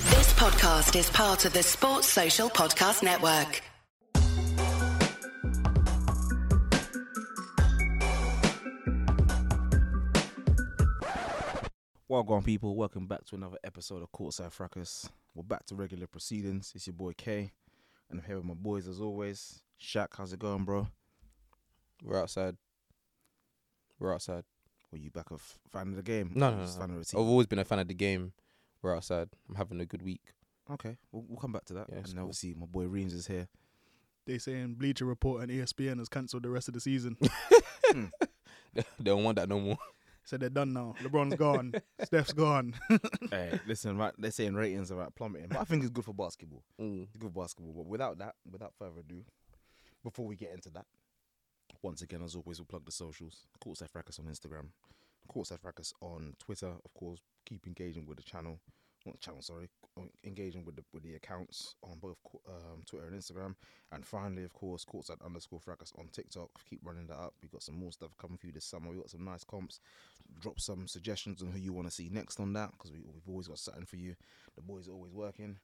podcast is part of the Sports Social Podcast Network. Well gone people, welcome back to another episode of Courtside Fracas. We're back to regular proceedings. It's your boy K, and I'm here with my boys as always. Shaq, how's it going, bro? We're outside. We're outside. Were you back a f- fan of the game? No, no, Just no. fan of the I've team? always been a fan of the game. We're outside. I'm having a good week. Okay, we'll, we'll come back to that. Yeah, and it's then cool. obviously my boy Reams is here. They saying Bleacher Report and E ESPN has cancelled the rest of the season. they don't want that no more. Said they're done now. LeBron's gone. Steph's gone. hey, listen, right, they're saying ratings are at plummeting, but I think it's good for basketball. Mm. It's good for basketball. But without that, without further ado, before we get into that, once again, as always, we'll plug the socials. Courtside Fracas on Instagram, Courtside Fracas on Twitter. Of course, keep engaging with the channel. Not the channel, sorry. on- Engaging with the with the accounts on both co- um, Twitter and Instagram, and finally, of course, Courtside underscore Fracas on TikTok. Keep running that up. We've got some more stuff coming for you this summer. We have got some nice comps. Drop some suggestions on who you want to see next on that because we, we've always got something for you. The boys are always working.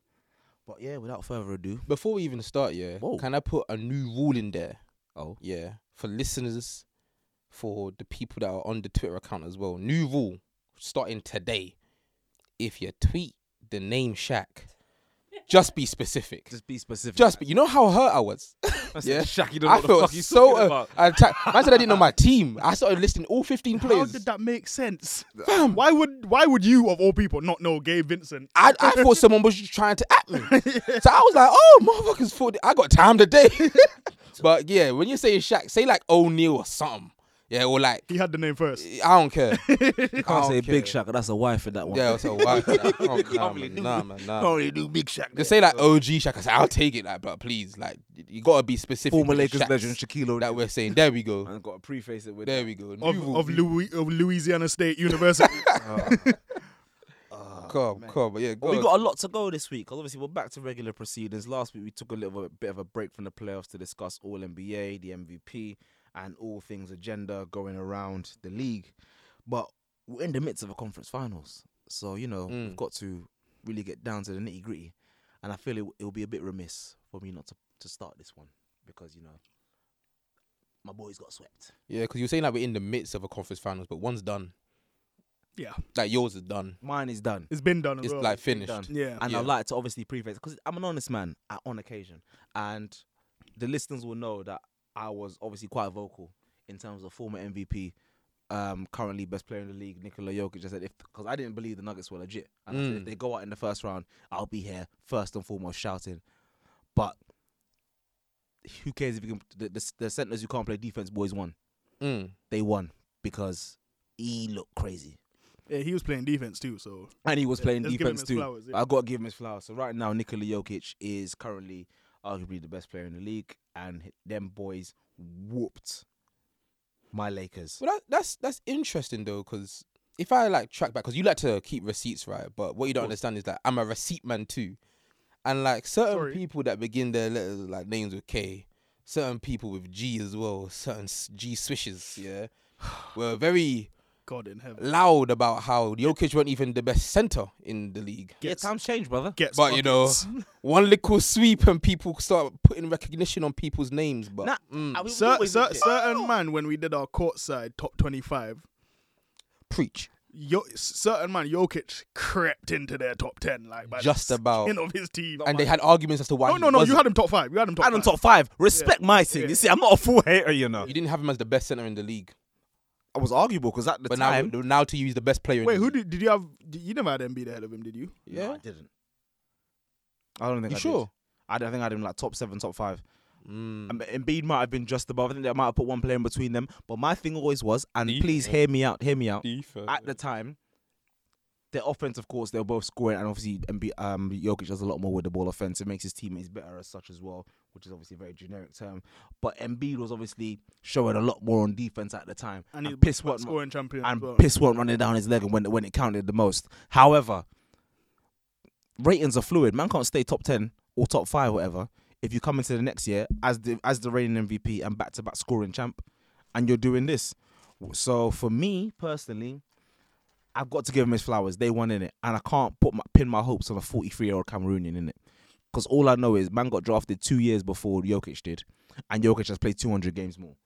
But yeah, without further ado, Before we even start, yeah, Whoa. can I put a new rule in there? oh, Yeah, for listeners, for the people that are on the Twitter account as well. New rule starting today. If you tweet the name Shaq, just be specific. just be specific. Just be, you know how hurt I was. yeah, yeah. Shaq, you don't know I what the felt fuck he's so. talking Uh, about. attacked. I said I didn't know my team. I started listing all 15 How players. did that make sense? Why would why would you of all people not know Gabe Vincent? I, I thought someone was just trying to at me. So I was like, oh, motherfuckers, thought I got time today. but yeah, when you say Shaq, say like O'Neal or something. Yeah, or like, He had the name first. I don't care. You You can't say Big Shaq. That's a wife in that one. Yeah, so why? I don't- nah, really man, do nah, it. man, I nah. only do Big Shaq. Just say like OG Shaq. I said, I'll take it, like, but please, like, you gotta be specific. former with the Lakers Shaqs legend Shaquille O'Neal. That we're saying. There we go. and got to preface it with There we go. Of, New rule. of, Louis, of Louisiana State University. Come, come, but yeah, go. Well, we got a lot to go this week 'cause obviously we're back to regular proceedings. Last week we took a little bit of a break from the playoffs to discuss all NBA, the MVP, and all things agenda going around the league. But we're in the midst of a conference finals, so you know we've Mm. got to really get down to the nitty gritty. And I feel it will be a bit remiss for me not to, to start this one because you know my boys got swept. yeah, because you're saying like we're in the midst of a conference finals, but one's done. yeah. Like yours is done. Mine is done. It's been done as It's well. like finished. done. yeah. and I Yeah. like to obviously preface because I'm an honest man uh, on occasion, and the listeners will know that I was obviously quite vocal in terms of former MVP, um, currently best player in the league, Nikola Jokic. I said if because I didn't believe the Nuggets were legit, and I said if Mm. they go out in the first round, I'll be here first and foremost shouting, but. Who cares if you can? The, the, the centers who can't play defense boys won. Mm. They won because he looked crazy, Yeah, he was playing defense too, so and he was Yeah, playing let's give him defense his too. flowers, yeah. I got to give him his flowers. So right now, Nikola Jokic is currently arguably the best player in the league, and h- them boys whooped my Lakers. Well, that, that's that's interesting though, because if I like track back, because you like to keep receipts, right? But what you don't understand is that I'm a receipt man too, and like certain Sorry. people that begin their letters like names with K, certain people with G as well, certain s- G swishes, yeah, were very God in heaven. loud about how Jokic weren't even the best center in the league. Yeah, times change, brother. Gets But you know, buckets. one little sweep and people start putting recognition on people's names. But Nah, mm, I- we- we Cer- always cer- legit. certain man when we did our courtside top twenty five, preach. Yo, certain man Jokic crept into their top ten, like by Just the about. skin of his team. And they had arguments as to why. Oh no, he no, no. You wasn't. had him top five. You had him top. I don't five. top five. Respect my thing. Yeah. You see, I'm not a full hater, you know. You didn't have him as the best center in the league, I was arguable because at the but now time, now to you he's the best player. Wait, in the who league. did, did you have? d- You never had Embiid ahead of him, did you? yeah, Yeah, I didn't. I don't think You I sure? Did. I don't think I did like top seven, top five. Mm. Um, Embiid might have been just above. I think they might have put one player in between them. But my thing always was, and Defense. please hear me out, hear me out. Defense. at the time, their offense, of course, they were both scoring, and obviously, MB, um, Jokic does a lot more with the ball offense. It makes his teammates better as such as well, which is obviously a very generic term. But Embiid was obviously showing a lot more on defense at the time, And he's piss back weren't- scoring champion. and as well. piss weren't running down his leg, and when when it counted the most. However, ratings are fluid. Man can't stay top ten or top five, whatever. If you come into the next year as the as the reigning MVP and back to back scoring champ, and you're doing this, so for me personally, I've got to give him his flowers. They won in it, and I can't put my pin my hopes on a 43 year old Cameroonian in it, because all I know is man got drafted two years before Jokic did, and Jokic has played 200 games more,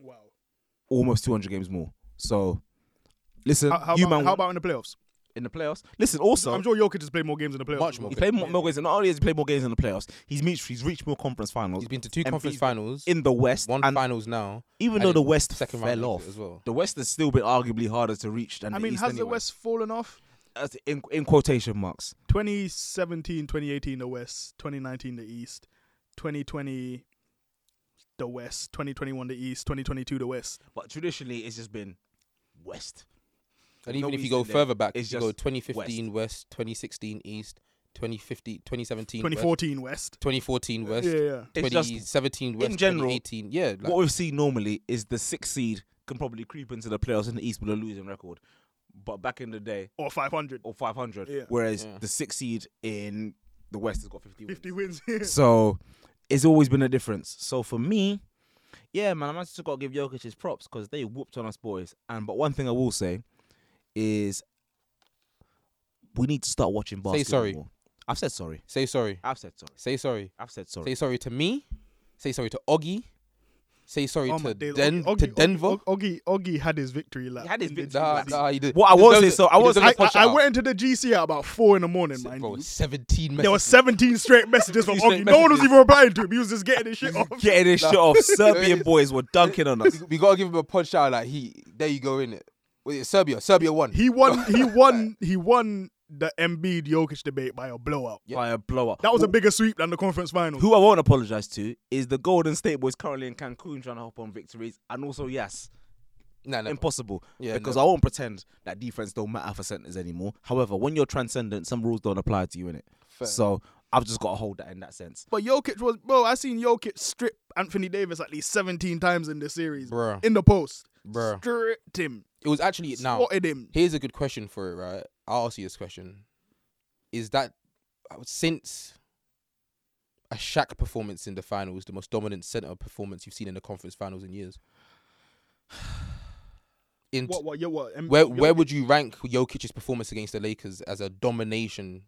Wow. almost 200 games more. So, listen, How, how you about, man how about in the playoffs? in the playoffs. Listen, also I'm sure Jokic has played more games in the playoffs. Much more. He played more, more games. and Not only has he played more games in the playoffs, he's reached he's reached more conference finals. He's been to two and conference he's finals, in the West, one and finals now. even and though the in West second round fell exit off, as well. the West has still been arguably harder to reach than I mean, the East has the anyway. West fallen off? That's in, in quotation marks. 2017, 2018, the West. 2019, the East. 2020, the West. 2021, the East. 2022, the West. But traditionally, it's just been West. And No even if you East go in there. further back, It's you go just 2015 West. 2016 East, 2015, 2017 West, 2014, West. 2014 West, Yeah, yeah. It's just- 2017 West, general, 2018. Yeah, like, what we've seen normally is the sixth seed can probably creep into the playoffs in the East with a losing record. But back in the day, Or 500. or 500, Yeah. whereas Yeah. the sixth seed in the West has got 50 wins. 50 wins. So it's always been a difference. So for me, yeah, man, I'm just got to give Jokic his props because they whooped on us boys. And but one thing I will say is we need to start watching basketball. Say sorry. more. I've said sorry. say sorry. I've said sorry. Say sorry. I've said sorry. Say sorry to me. Say sorry to Oggy. Say sorry Oh my to, days. Den- Oggy- to Oggy- Denver. Og- Oggy, Oggy had his victory lap. He had his in victory the Nah, GC. nah, he did. What I he will deserves say, it. so I He will deserves say- a I, I, punch I out. went into the GC at about four in the morning, mind Bro, you. 17 messages. There were 17 straight messages from Straight Oggy. No one was messages. even replying to him. He was just getting his shit off. Getting this shit off. Serbian boys were dunking on us. we gotta give him a punch out. Like he, there you go in it. Wait, it's Serbia, Serbia won. He won. He won. He won the Embiid Jokic debate by a blowout. By a blowout. That was a Who- bigger sweep than the conference finals. Who I won't apologize to is the Golden State Boys currently in Cancun trying to hop on victories, and also yes, nah, nah. impossible. Yeah, because no. I won't pretend that defense don't matter for centers anymore. However, when you're transcendent, some rules don't apply to you in it. So I've just got to hold that in that sense. But Jokic was bro. I seen Jokic strip Anthony Davis at least 17 times in this series. Bruh. In the post. Bruh. Stripped him. It was actually now. Swatted him. Here's a good question for it, right? I'll ask you this question: Is that uh, since a Shaq performance in the finals, the most dominant center performance you've seen in the conference finals in years? In What? What? Yo, what? Em- where Jokic- where would you rank Jokic's performance against the Lakers as a domination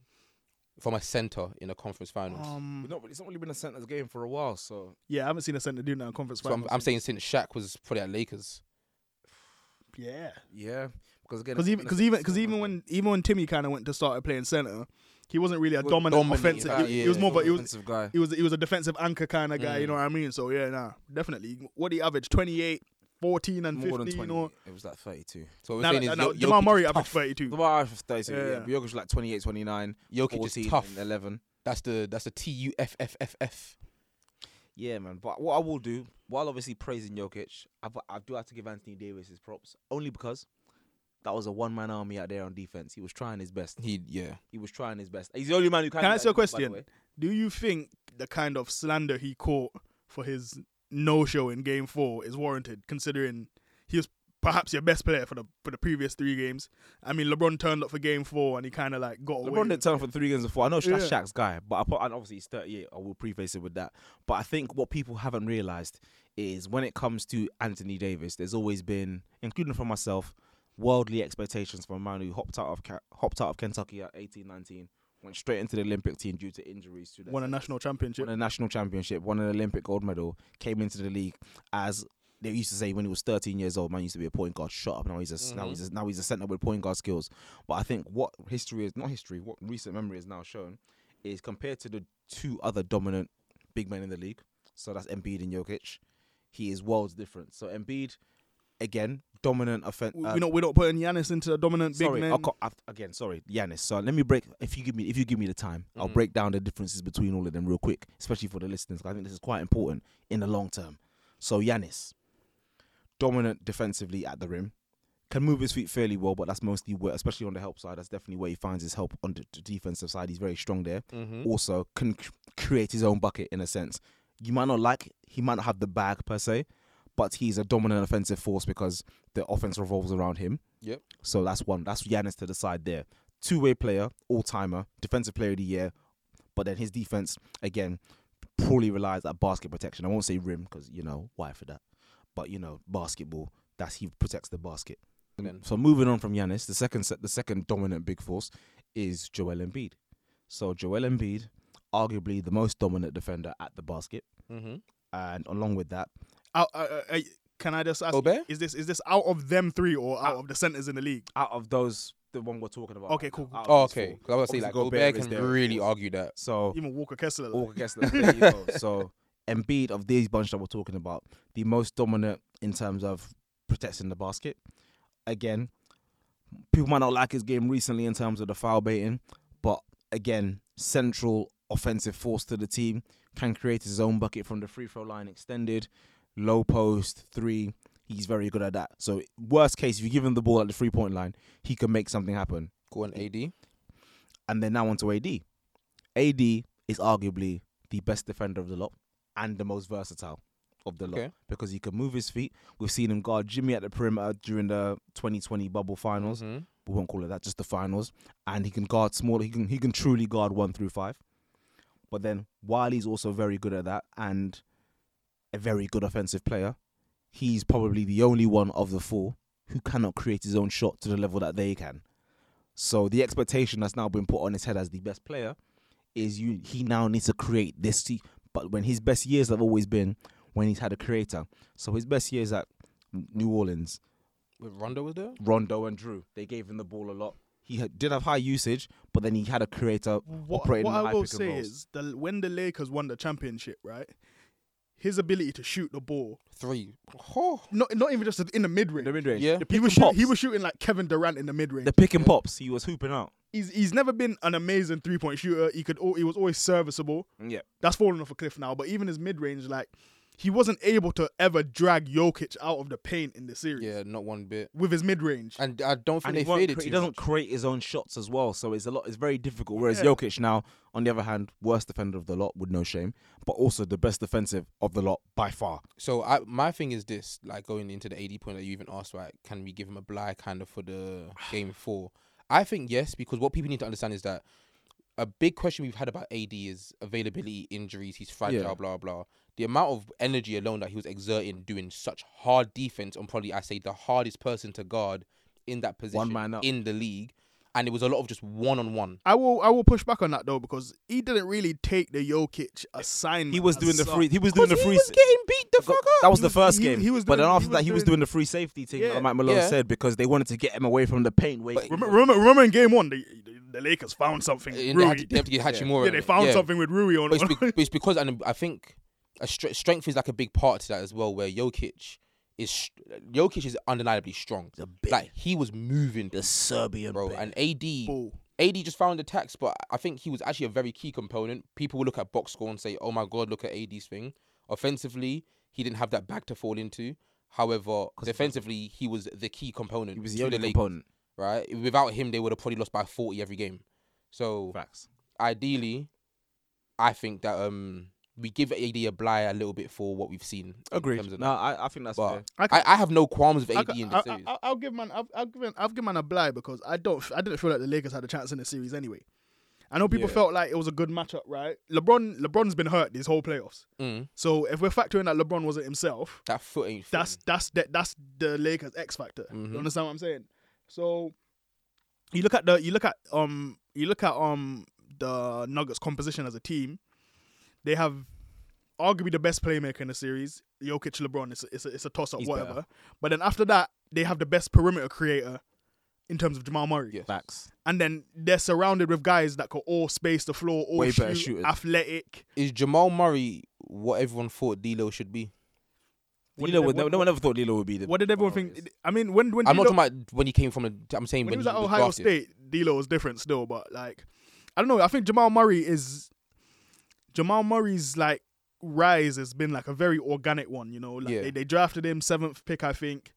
from a center in the conference finals? Um, Not, it's not really been a centers game for a while, so yeah, I haven't seen a center do that in conference so I'm, finals. I'm saying since Shaq was probably at Lakers, yeah. yeah. Because again, Because even because even because even when even when Timmy kind of went to start playing center, he wasn't really a dominant dominating offensive. guy, he, yeah. Mm. he was more of a, he was offensive guy. he was he was a defensive anchor kind of guy. You know what I mean? So yeah, nah, definitely. What he averaged 28, 14, and More than fifteen. twenty. or It was like thirty-two. so what now, we're now, saying is now, Jo- Jamal Jokic Murray is averaged tough. The thirty-two. bar was thirty-two. Yeah, Yeah. yeah. Jokic was like 28, 29, Jokic is 14, tough. and eleven. That's the that's the T U F F F F. Yeah, man. But what I will do, while obviously praising Jokic, I've, I do have to give Anthony Davis his props, only because that was a one-man army out there on defense. He was trying his best. He yeah. He was trying his best. He's the only man who can. Can I do ask that, you a by the question? way. Do you think the kind of slander he caught for his no-show in Game Four is warranted, considering he was perhaps your best player for the for the previous three games? I mean, LeBron turned up for Game Four and he kind of like got away. LeBron didn't turn for three games before. I know that's Yeah. Shaq's guy, but I put, and obviously he's 38. I will preface it with that. But I think what people haven't realized is when it comes to Anthony Davis, there's always been, including for myself, worldly expectations from a man who hopped out of Ca- hopped out of Kentucky at 18, 19, went straight into the Olympic team due to injuries. To their won a side. national championship. won a national championship, won an Olympic gold medal, came into the league as they used to say when he was 13 years old, man used to be a point guard. Shut up! Now he's a Mm-hmm. now he's a, now he's a centre with point guard skills. But I think what history is not history, what recent memory has now shown is compared to the two other dominant big men in the league, so that's Embiid and Jokic, he is worlds different. So Embiid, again, dominant uh, offense. we, we not we not putting Giannis into the dominant Sorry, big man. I'll co- I've- again, sorry, Yanis. So let me break. If you give me, if you give me the time, I'll break down the differences between all of them real quick, especially for the listeners. 'cause I think this is quite important in the long term. So Yanis, dominant defensively at the rim, can move his feet fairly well, but that's mostly where, especially on the help side, that's definitely where he finds his help on the, the defensive side. He's very strong there. Also, can c- create his own bucket in a sense. You might not like, he might not have the bag per se, but he's a dominant offensive force because the offense revolves around him. Yep. So that's one. That's Yanis to the side there. Two way player, all timer, defensive player of the year. But then his defense, again, probably relies at basket protection. I won't say rim because, you know, why for that? But, you know, basketball, that's he protects the basket. Then So moving on from Yanis, the second set, the second dominant big force is Joel Embiid. So Joel Embiid, arguably the most dominant defender at the basket, mm-hmm. and along with that, Out, uh, uh, uh, can I just ask? Gobert? Is this is this out of them three or Ah. out of the centers in the league? out of those, the one we're talking about. Okay, cool. out of Oh, these okay. four. 'Cause I was gonna say like Obviously, Gobert Gobert is can there, of really course. argue that. So Even Walker Kessler. all Like, against them. There you go. So Embiid of these bunch that we're talking about, the most dominant in terms of protecting the basket. Again, people might not like his game recently in terms of the foul baiting, but again, central offensive force to the team can create his own bucket from the free throw line extended, low post three. He's very good at that. So worst case, if you give him the ball at the three point line, he can make something happen Go on, AD. and then now onto AD. AD is arguably the best defender of the lot and the most versatile of the lot Okay. because he can move his feet. We've seen him guard Jimmy at the perimeter during the 2020 bubble finals. Mhm. We won't call it that, just the finals. And he can guard smaller. He can he can truly guard one through five. But then while he's also very good at that and a very good offensive player, he's probably the only one of the four who cannot create his own shot to the level that they can. So the expectation that's now been put on his head as the best player is you he now needs to create this te- but when his best years have always been when he's had a creator. So his best years at New Orleans, With Rondo was there. Rondo and Drew, they gave him the ball a lot. He had, did have high usage, but then he had a creator what, operating what on I high will pick and say rolls. is the when the Lakers won the championship, right? His ability to shoot the ball, Three. Oh, not not even just in the mid range. the mid range. Yeah. The He pick was and shoot, pops. he was shooting like Kevin Durant in the mid range. the pick and pops. He was hooping out. he's he's never been an amazing three point shooter. He could al- he was always serviceable. Yeah. That's fallen off a cliff now. But even his mid range, like he wasn't able to ever drag Jokic out of the paint in the series yeah, not one bit. with his mid range. And I don't think And they he, won't faded cre- he too doesn't much. create his own shots as well, so it's a lot. It's very difficult. Whereas Yeah. Jokic now, on the other hand, worst defender of the lot with no shame, but also the best defensive of the lot by far. So I, my thing is this: like going into the AD point that you even asked, right? Can we give him a bly kind of for the game four? I think yes, because what people need to understand is that a big question we've had about AD is availability, injuries. He's fragile, Yeah. blah blah. The amount of energy alone that he was exerting doing such hard defense on probably I say the hardest person to guard in that position man up. in the league, and it was a lot of just one on one. I will I will push back on that though because he didn't really take the Jokic assignment. He was as doing the such. free. He was doing the free. was s- getting beat the Go- fuck That up. was He the was- first he- game. he was but then doing- after he that, was he was doing- doing the free safety thing, Yeah. like Mike Malone Yeah. said, because they wanted to get him away from the paint. Where he- But- Remember, remember, remember in game one, the, the Lakers found something. with And they Rui. had to, they had to get Hachimura. yeah, in they it. found Yeah. something with Rui on. But it's, be- but it's because, and I think a stre- strength is like a big part to that as well. Where Jokic is, sh- Jokic is undeniably strong. Like he was moving, the Serbian bro. bit. And AD, Ball. AD just found attacks, but I think he was actually a very key component. People will look at box score and say, "Oh my god, look at AD's thing." Offensively, he didn't have that back to fall into. However, defensively, he was the key component. he was to the only Lakers, component. right? Without him, they would have probably lost by forty every game. So Facts. ideally, I think that um we give AD a bly a little bit for what we've seen. In terms Agreed. of No, that. I, I think that's fair. But I I, can- I, have no qualms with I, AD in the series. will give man, I've, I've given, I've given man a bly because I don't, I didn't feel like the Lakers had a chance in the series anyway. I know people Yeah. felt like it was a good matchup, right? LeBron, LeBron's been hurt these whole playoffs, Mm, so if we're factoring that LeBron wasn't himself, that foot ain't. that's fitting. that's the, that's the Lakers X factor. Mhm. Mm-hmm. You understand what I'm saying? So you look at the, you look at um, you look at um the Nuggets composition as a team. They have arguably the best playmaker in the series, Jokic, LeBron. It's a, it's a, it's a toss up, He's whatever. better. But then after that, they have the best perimeter creator in terms of Jamal Murray. Yes. Facts. And then they're surrounded with guys that could all space the floor, all Way better shoot, shooters. athletic. Is Jamal Murray what everyone thought D'Lo should be? What Lilo did would, they- no, no one ever thought Lilo would be the. What did everyone think? I mean, when when I'm D'Lo- not talking about when he came from. A, I'm saying when, when, he was at was Ohio drafted. State, D'Lo was different still, but like, I don't know. I think Jamal Murray is Jamal Murray's like rise has been like a very organic one. You know, like Yeah. they, they drafted him seventh pick, I think.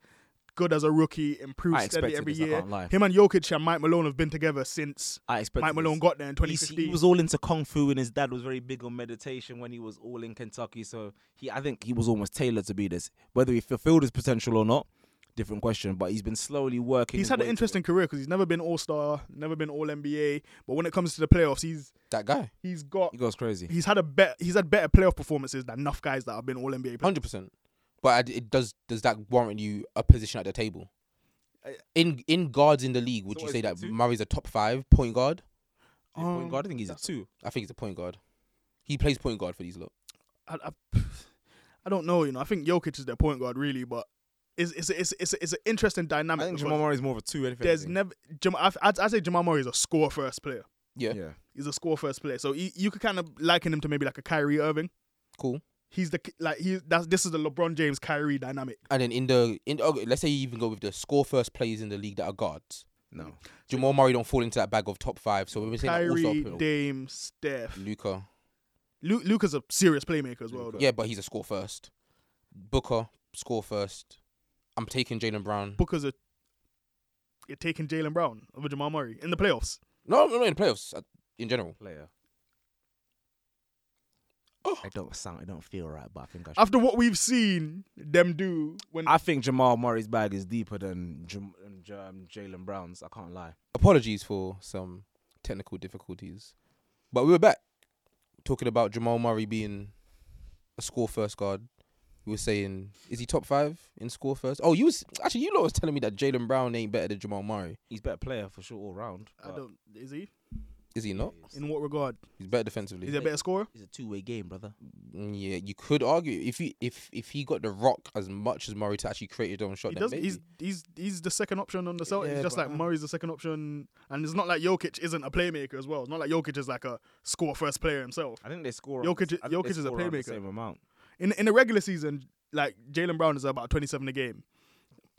Good as a rookie, improves I steadily expected every this, I year. can't lie. Him and Jokic and Mike Malone have been together since I expected Mike Malone this. got there in He s- 2015. He was all into kung fu, and his dad was very big on meditation when he was all in Kentucky. So he, I think, he was almost tailored to be this. Whether he fulfilled his potential or not, different question. But he's been slowly working. he's his had way an to interesting career because he's never been All Star, never been All NBA. But when it comes to the playoffs, he's That guy, he's got it. He goes crazy. he's had a bet he's had better playoff performances than enough guys that have been All NBA. hundred percent. But I d- it does does that warrant you a position at the table? in in guards in the league, would So you what say is he, that two? Murray's a top five point guard? Um, point guard. I think he's a two. I think he's a point guard. He plays point guard for these lot. I, I, I don't know. You know, I think Jokic is their point guard really, but it's it's it's it's, it's an interesting I dynamic. think because Jamal Murray's more of a two. Anything. there's never Jam, I, I'd, I'd say Jamal Murray is a score first player. Yeah, Yeah. He's a score first player, so he, you could kind of liken him to maybe like a Kyrie Irving. cool. He's the like he that's this is the LeBron James Kyrie dynamic. And then in the in the, okay, let's say you even go with the score first players in the league that are guards. No. Jamal Murray don't fall into that bag of top five. So we're saying that Kyrie, also Dame, Steph, Luca. Luke, Luke is a serious playmaker as well. Though. Yeah, but he's a score first. Booker score first. I'm taking Jalen Brown. Booker's a you're taking Jalen Brown over Jamal Murray in the playoffs. No, no, no, in playoffs uh, in general. Player. Oh. I don't sound. I don't feel right, but I think I. After what we've seen them do when I think Jamal Murray's bag is deeper than Jam- um, J- um, Jalen Brown's. I can't lie. Apologies for some technical difficulties, but we were back talking about Jamal Murray being a score first guard. We were saying, is he top five in score first? Oh, you was actually you lot was telling me that Jalen Brown ain't better than Jamal Murray. He's better player for sure all round. I don't is he Is he not? in what regard He's better is defensively. he a better scorer? It's a two-way game, brother. Mm, yeah, you could argue if he if if he got the rock as much as Murray to actually create his own shot. He then does. maybe. He's he's he's the second option on the Celtics. Yeah, just but, like uh, Murray's the second option, and it's not like Jokic isn't a playmaker as well. It's not like Jokic is like a score first player himself. I think they score. Jokic- I think they Jokic is a score around the playmaker. Same amount. In in the regular season, like Jalen Brown is about twenty seven a game.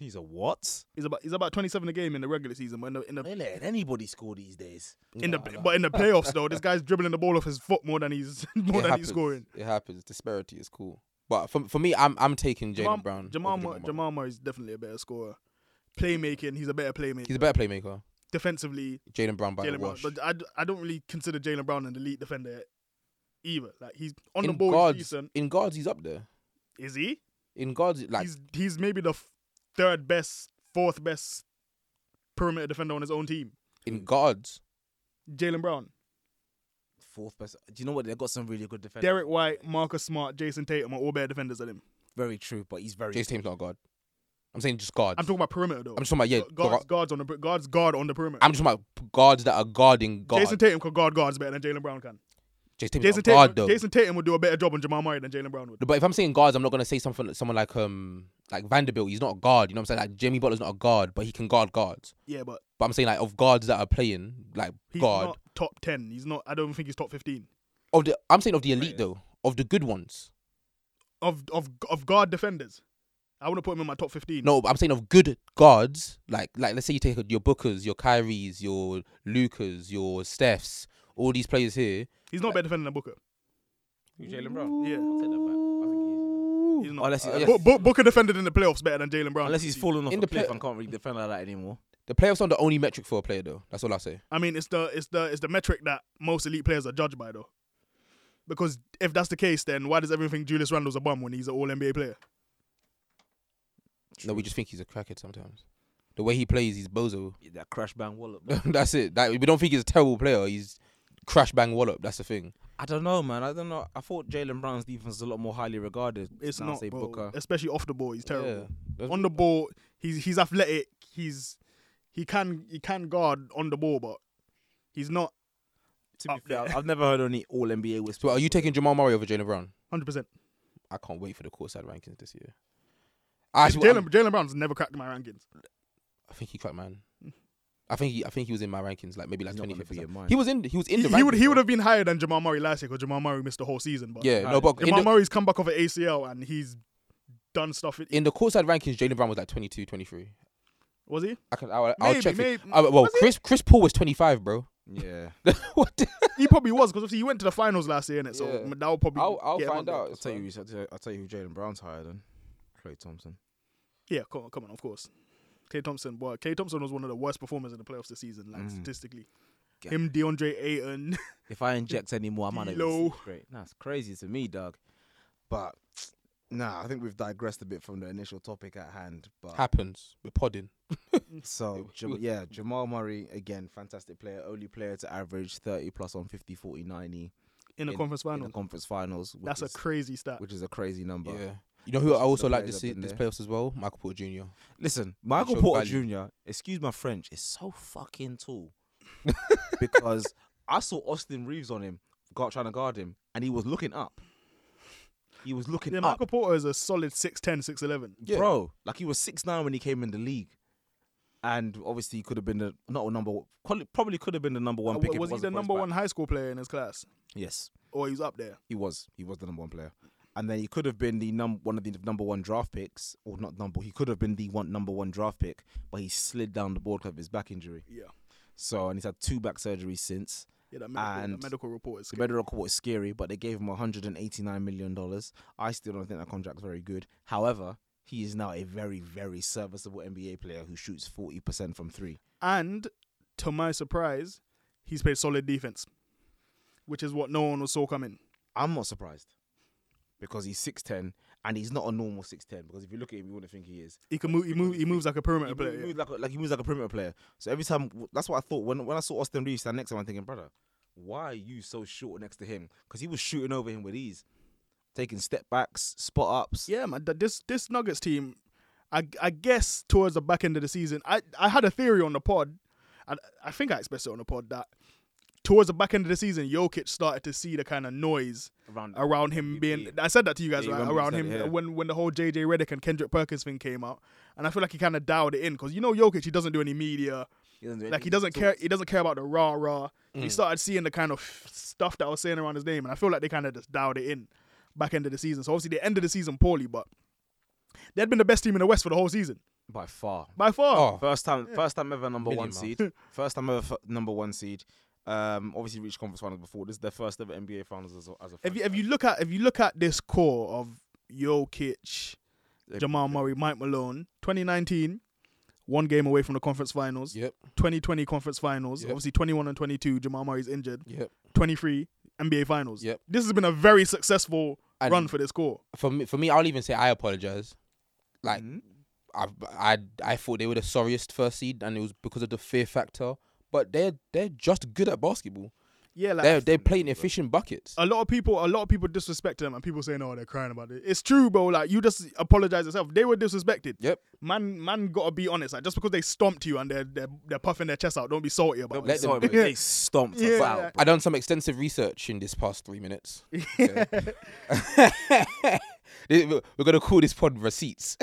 He's a what? He's about he's about twenty seven a game in the regular season. But in the in the, They let anybody score these days. in the but in the playoffs though, this guy's dribbling the ball off his foot more than he's more It than happens. he's scoring. It happens. Disparity is cool. But for, for me, I'm I'm taking Jamal, Jalen Brown. Jamal, over Mur- Murray. Jamal Murray's definitely a better scorer. Playmaking, he's a better playmaker. He's a better playmaker. Defensively, Jalen Brown by a Jalen Brown, wash. but I, d- I don't really consider Jalen Brown an elite defender either. Like he's on the in ball, guards, he's decent. in guards, he's up there. Is he? In guards, like he's he's maybe the f- third best, fourth best perimeter defender on his own team. in guards, Jalen Brown, Fourth best. Do you know what? They've got some really good defenders. Derek White, Marcus Smart, Jason Tatum are all better defenders than him. Very true, but he's very. Jason Tatum's not a guard. I'm saying just guards. I'm talking about perimeter though. I'm just talking about yeah. Gu- guards, guard- guards on the per- guards guard on the perimeter. I'm just talking about guards that are guarding guards. Jason Tatum could guard guards better than Jalen Brown can. Jason Tatum's not Jason a guard Tatum, though. Jason Tatum would do a better job on Jamal Murray than Jalen Brown would. But if I'm saying guards, I'm not gonna say something someone like um like Vanderbilt. He's not a guard. You know what I'm saying? Like Jimmy Butler's not a guard, but he can guard guards. Yeah, but But I'm saying like of guards that are playing like he's guard. not top ten. He's not. I don't think he's top fifteen. Of the I'm saying of the elite though, of the good ones. of of of guard defenders. I wouldn't put him in my top fifteen. No, but I'm saying of good guards. Like like let's say you take your Bookers, your Kyries, your Lucas, your Stephs, all these players here. he's not better defender than Booker. Jalen Brown. Yeah. I'll take that back. I think he is, you know. He's not. Unless he- Uh, yeah. Bo- Bo- Booker defended in the playoffs better than Jalen Brown. Unless he's fallen off In in the the cliff play- and can't really defend like that anymore. The playoffs aren't the only metric for a player though. That's all I say. I mean, it's the it's the it's the metric that most elite players are judged by though. Because if that's the case, then why does everyone think Julius Randle's a bum when he's an All NBA player? No, we just think he's a crackhead sometimes. The way he plays, he's bozo. Yeah, That crash bang wallop. man. That's it. That we don't think he's a terrible player. He's crash bang wallop. That's the thing. I don't know, man. I don't know. I thought Jalen Brown's defense was a lot more highly regarded. It's Now not, say bro. Booker. Especially off the ball, he's terrible. Yeah. On the ball, he's he's athletic. He's he can he can guard on the ball, but he's not To be up fair, there. I've never heard any All NBA whispers. So are you taking Jamal Murray over Jalen Brown? hundred percent. I can't wait for the courtside rankings this year. I actually, Jalen Jalen Brown's never cracked my rankings. I think he cracked man. I think he, I think he was in my rankings, like maybe like He's not twenty gonna fifth. be in mine. He was in. He was in he, the. he would he rankings, would have been higher than Jamal Murray last year because Jamal Murray missed the whole season. But Yeah, no, Alright. but in Jamal the, Murray's come back off an ACL and he's done stuff. It, in the courtside rankings, Jalen Brown was like 22, 23. was he? I can. I'll, I'll Maybe, check. it. maybe. I- well, Was he? Chris Chris Paul was twenty five, bro. Yeah. what? the- He probably was because obviously he went to the finals last year, innit? So Yeah. m- that will probably. I'll I'll get him find up there. out. I'll it's tell fine. you. I'll tell you, I'll tell you who Jalen Brown's higher than. Clay Thompson. Yeah, come on, come on, of course. Clay Thompson, boy, Clay Thompson was one of the worst performers in the playoffs this season, like Mm. statistically. Yeah. Him, DeAndre Ayton, If I inject any more, I might not even D'Lo. sleep straight. That's crazy to me, dog. But nah, I think we've digressed a bit from the initial topic at hand. But Happens. We're podding. So Jam- was- yeah, Jamal Murray again, fantastic player, only player to average 30 plus on 50, 40, 90 in the In- conference in final. the conference finals. Which That's a is, crazy stat. which is a crazy number. yeah. You know who I The also like players this have been this there. playoffs as well? Michael Porter Jr. Listen, Michael showed Porter Jr. Excuse my French, is so fucking tall because I saw Austin Reeves on him, guard, trying to guard him, and he was looking up. He was looking Yeah, up, Michael Porter is a solid 6'10", 6'11". Yeah. bro. Like he was six nine when he came in the league, and obviously he could have been the not a number probably- probably could have been the number one Uh, pick. if it was he wasn't the for his number back. one high school player in his class, Yes, or he's up there? he was. He was the number one player. And then he could have been the num one of the number one draft picks, or not number. He could have been the one number one draft pick, but he slid down the board because of his back injury. Yeah, So and he's had two back surgeries since. yeah. That medical, that And- medical report is The medical report is scary, but they gave him 189 million dollars. I still don't think that contract's very good. However, he is now a very, very serviceable NBA player who shoots 40 percent from three. And to my surprise, he's played solid defense, which is what no one was saw coming. I'm not surprised because he's 6'10 and he's not a normal 6'10. Because if you look at him, you wouldn't think he is. He can move. He, move, he moves like a perimeter He player. moves, yeah. moves like, a, like he moves like a perimeter player. So every time, that's what I thought when when I saw Austin Reeves stand next to him. I'm thinking, brother, why are you so short next to him? Because he was shooting over him with ease, taking step backs, spot ups. Yeah, man. th- This this Nuggets team, I I guess towards the back end of the season, I I had a theory on the pod, and I think I expressed it on the pod that towards the back end of the season, Jokic started to see the kind of noise Around- around him being. I said that to you guys Yeah, you right, remember you around said him it, yeah. when when the whole JJ Redick and Kendrick Perkins thing came out, and I feel like he kind of dialed it in because you know Jokic, he doesn't do any media. Like he doesn't care. He doesn't care about the rah rah. He Mm. started seeing the kind of stuff that I was saying around his name, and I feel like they kind of just dialed it in back end of the season. So obviously they ended the season poorly, but they'd been the best team in the West for the whole season by far. by far. Oh, First time, first time ever number Million one miles. seed. First time ever f- number one seed. Um, obviously reached conference finals before. This is their first ever NBA finals as a, as a If you franchise. if you look at if you look at this core of Jokic, Jamal Murray, Mike Malone, 2019, one game away from the conference finals. yep, 2020 conference finals. Yep. Obviously 21 and 22, Jamal Murray's injured. yep. 23 NBA finals. Yep. This has been a very successful And- run for this core. Mm. For me, for me, I'll even say I apologize. Like, Mhm. I, I, I thought they were the sorriest first seed, and it was because of the fear factor. But they're they're just good at basketball. Yeah, like They're they're playing efficient buckets. Uh, a lot of people, a lot of people disrespect them, and people saying, "Oh, they're crying about it." It's true, bro. Like you just apologize yourself. They were disrespected. Yep. Man, man, gotta be honest. Like just because they stomped you and they're they're, they're puffing their chest out, don't be salty about Let it. Let them, them- they stomped us Yeah. out. bro. I done some extensive research in this past three minutes. Okay. We're gonna call this pod receipts.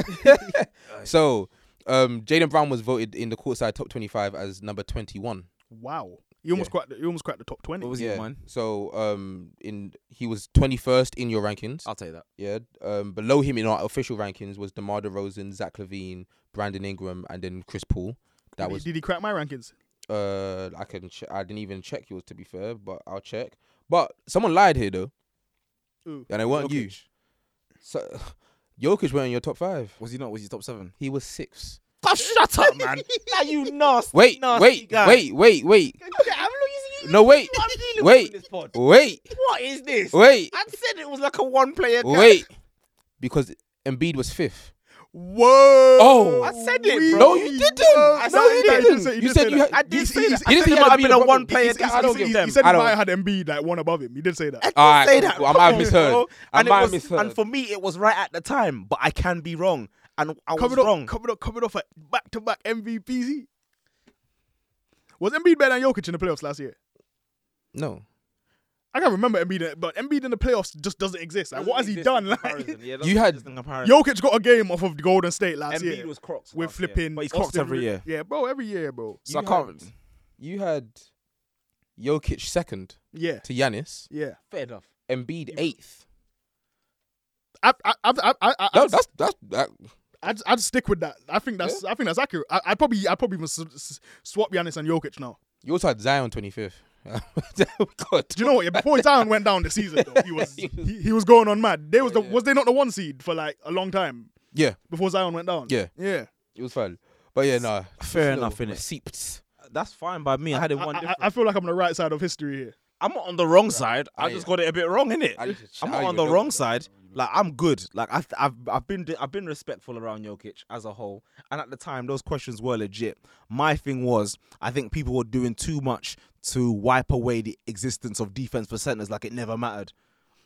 so, um, Jaden Brown was voted in the courtside top twenty-five as number twenty-one. Wow, you almost cracked. You almost cracked the top twenty. What was he, man? So, um, in he was twenty-first in your rankings. I'll tell you that. Yeah. Um, below him in our official rankings was Demar Derozan, Zach Levine, Brandon Ingram, and then Chris Paul. That Did he- was Did he crack my rankings? uh, I can ch- I didn't even check yours to be fair, but I'll check. But someone lied here though, Ooh. and it weren't you. Jokic. So, Jokic weren't in your top five. Was he not? Was he top seven? He was six. God, shut up, man. now you nasty. Wait, nasty wait, guy. wait, wait, wait. Okay, I'm losing you. No, wait, I'm dealing Wait. with in this pod. wait, What is this? wait, I said it was like a one-player. game. wait. Because Embiid was fifth. Whoa! Oh. I said it, bro. No, you didn't. No, I said you he did. didn't. He You did said say you that. had- I did He- say that. he- he I said said he it had might to have be been a a problem. one-player game. I don't give he, them. He said I I don't- had Embiid like one above him. He did say that. I Alright, did say that. cool. I might have Come on, misheard. bro. I and it might have was, misheard. And for me, it was right at the time, but I can be wrong. And I was coming wrong. off, coming off, coming off a back-to-back MVPs. Was Embiid better than Jokic in the playoffs last year? No. I can't remember Embiid, but Embiid in the playoffs just doesn't exist. Like, what has he done? Like, You had- Jokic got a game off of Golden State last Embiid year. was crocked. with last year. flipping, But he's crocked Austin every Re- year. Yeah, bro, every year, bro. So I You can't. had- You had Jokic second Yeah, to Yanis, yeah. Fair enough. Embiid eighth. I, I, I, I, I, I, No, I'd, that's that's that. I'd, I'd stick with that. I think that's, I think that's accurate. I, I probably, I probably even s- s- swap Giannis and Jokic now. You also had Zion twenty fifth. God. Do you know what? Yeah, before Zion went down this season, though, he was he, he was going on mad. They was the was they not the one seed for like a long time Oh, Yeah, before Zion went down. Yeah. yeah. it was fun. But yeah, no. Fair no, enough, innit? Receipts. That's fine by me. I had it one. I- I, different. I, feel like I'm on the right side of history here. I'm not on the wrong side. I yeah. just got it a bit wrong, innit? I need to ch- I'm I not need on to the go wrong with side. Like I'm good. Like I've I've I've been I've been respectful around Jokic as a whole. And at the time, those questions were legit. My thing was, I think people were doing too much to wipe away the existence of defense for centers, like it never mattered.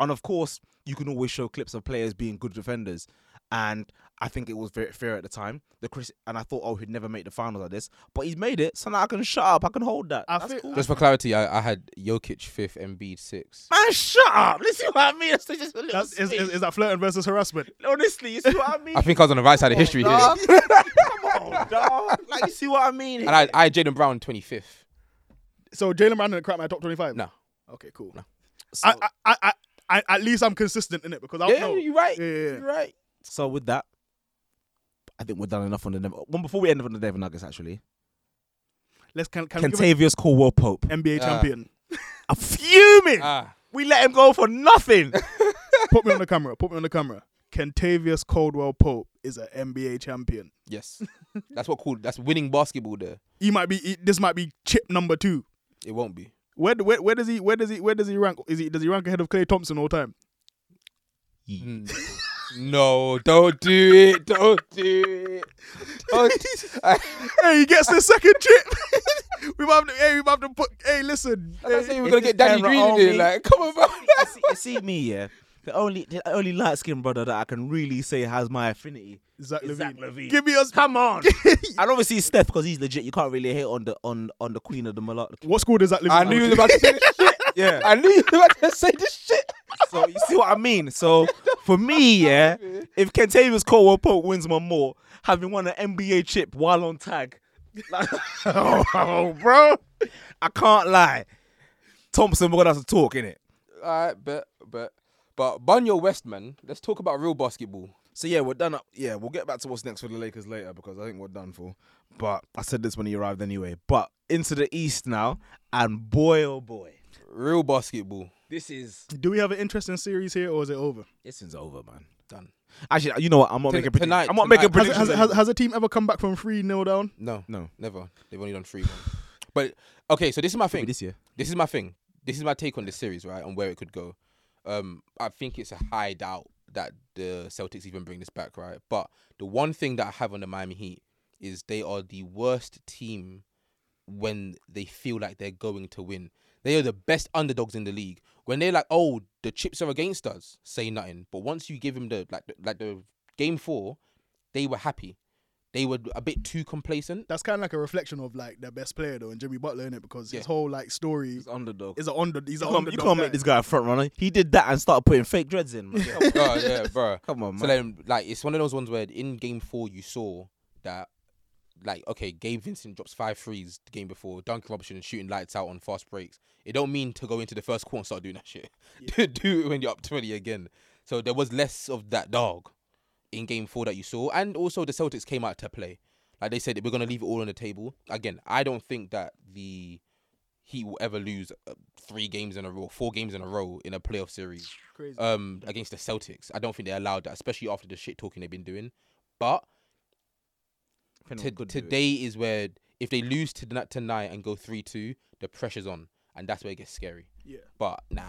And of course, you can always show clips of players being good defenders. And I think it was very fair at the time. The Chris and I thought, oh, he'd never make the finals like this, but he's made it. So now I can shut up. I can hold that. I That's think- cool. Just for clarity, I, I had Jokic fifth, Embiid sixth. Man, shut up. Listen what I mean. It's just a little That's, is, is, space. is that flirting versus harassment? Honestly, you see what I mean? I think I was on the right side of history here. Dog. Come on, dog. Like, you see what I mean? And I, I had Jaden Brown twenty fifth. So Jalen Brown didn't crack my top twenty-five. No. Okay, cool. so, I, I, I, I, at least I'm consistent in it because I don't Yeah, know. you're right. Yeah, yeah, yeah. You're right. so with that, I think we're done enough on the Denver. Well, before we end up on the Denver Nuggets, actually, Let's can can, we give Kentavious Caldwell Pope. an NBA champion. I'm fuming. Ah, we let him go for nothing. Put me on the camera. Put me on the camera. Kentavious Caldwell Pope is an NBA champion. yes. That's what called. That's winning basketball. There, He might be. He, this might be chip number two. it won't be. Where, do- where where does he where does he where does he rank? Is he does he rank ahead of Clay Thompson all time? Mm. no, don't do it. Don't do it. Don't- hey, he gets the second chip. we might have to. Hey, we might have to put. Hey, listen. I thought we Hey, were It's gonna just get Danny error Green in on there. me. Like, come on, bro. you, see, you see me, yeah. The only, the only light skinned brother that I can really say has my affinity. Zach is Levine. Zach Levine. Give me us. Come on, and obviously it's Steph because he's legit. You can't really hate on the on on the queen of the mulatto. What school does Zach Levine? I knew you was about to say this shit. Yeah, I knew you was about to say this shit. So you see what I mean? So for me, yeah, if Kentavious Caldwell Pope wins one more, having won an NBA chip while on tag, like, oh, bro, I can't lie. Thompson, we're gonna have to talk in it. All right, but but but Bunyo Westman. Let's talk about real basketball. So yeah, we're done. Up. Yeah, we'll get back to what's next for the Lakers later because I think we're done for. But I said this when he arrived anyway. But into the East now, and boy, oh boy, Real basketball. this is Do we have an interesting series here, or is it over? this is over, man. Done. Actually, you know what? I'm not Ten- making prediction. tonight- I'm not tonight. making Has, prediction. has, has, has a team ever come back from three nil down? No, No. never. They've only done three. Man. But okay, so this is my thing. this year. This is my thing. This is my take on this series, right, and where it could go. Um, I think it's a high doubt that the Celtics even bring this back, right? But the one thing that I have on the Miami Heat is they are the worst team when they feel like they're going to win. They are the best underdogs in the league. When they're like, "Oh, the chips are against us," say nothing. But once you give them the like, the, like the game four, they were happy. They were a bit too complacent. That's kind of like a reflection of like their best player though, and Jimmy Butler in it because Yeah. his whole like story He's underdog. is an under. He's an You can't, underdog. you can't guy. make this guy a front runner. He did that and started putting fake dreads in. man. oh yeah, bro. Come on, man. So then, like, it's one of those ones where in game four you saw that, like, okay, Gabe Vincent drops five threes the game before. Duncan Robinson is shooting lights out on fast breaks. It don't mean to go into the first quarter and start doing that shit. Do it when you're up twenty again. So there was less of that dog in game four that you saw, and also the Celtics came out to play. Like they said, we're gonna leave it all on the table. Again, I don't think that the Heat will ever lose uh, three games in a row, four games in a row in a playoff series Crazy. um, against the Celtics. I don't think they allowed that, especially after the shit talking they've been doing. But Depending to, on good do it. today is where if they lose to tonight and go three two, the pressure's on, and that's where it gets scary. Yeah. But nah,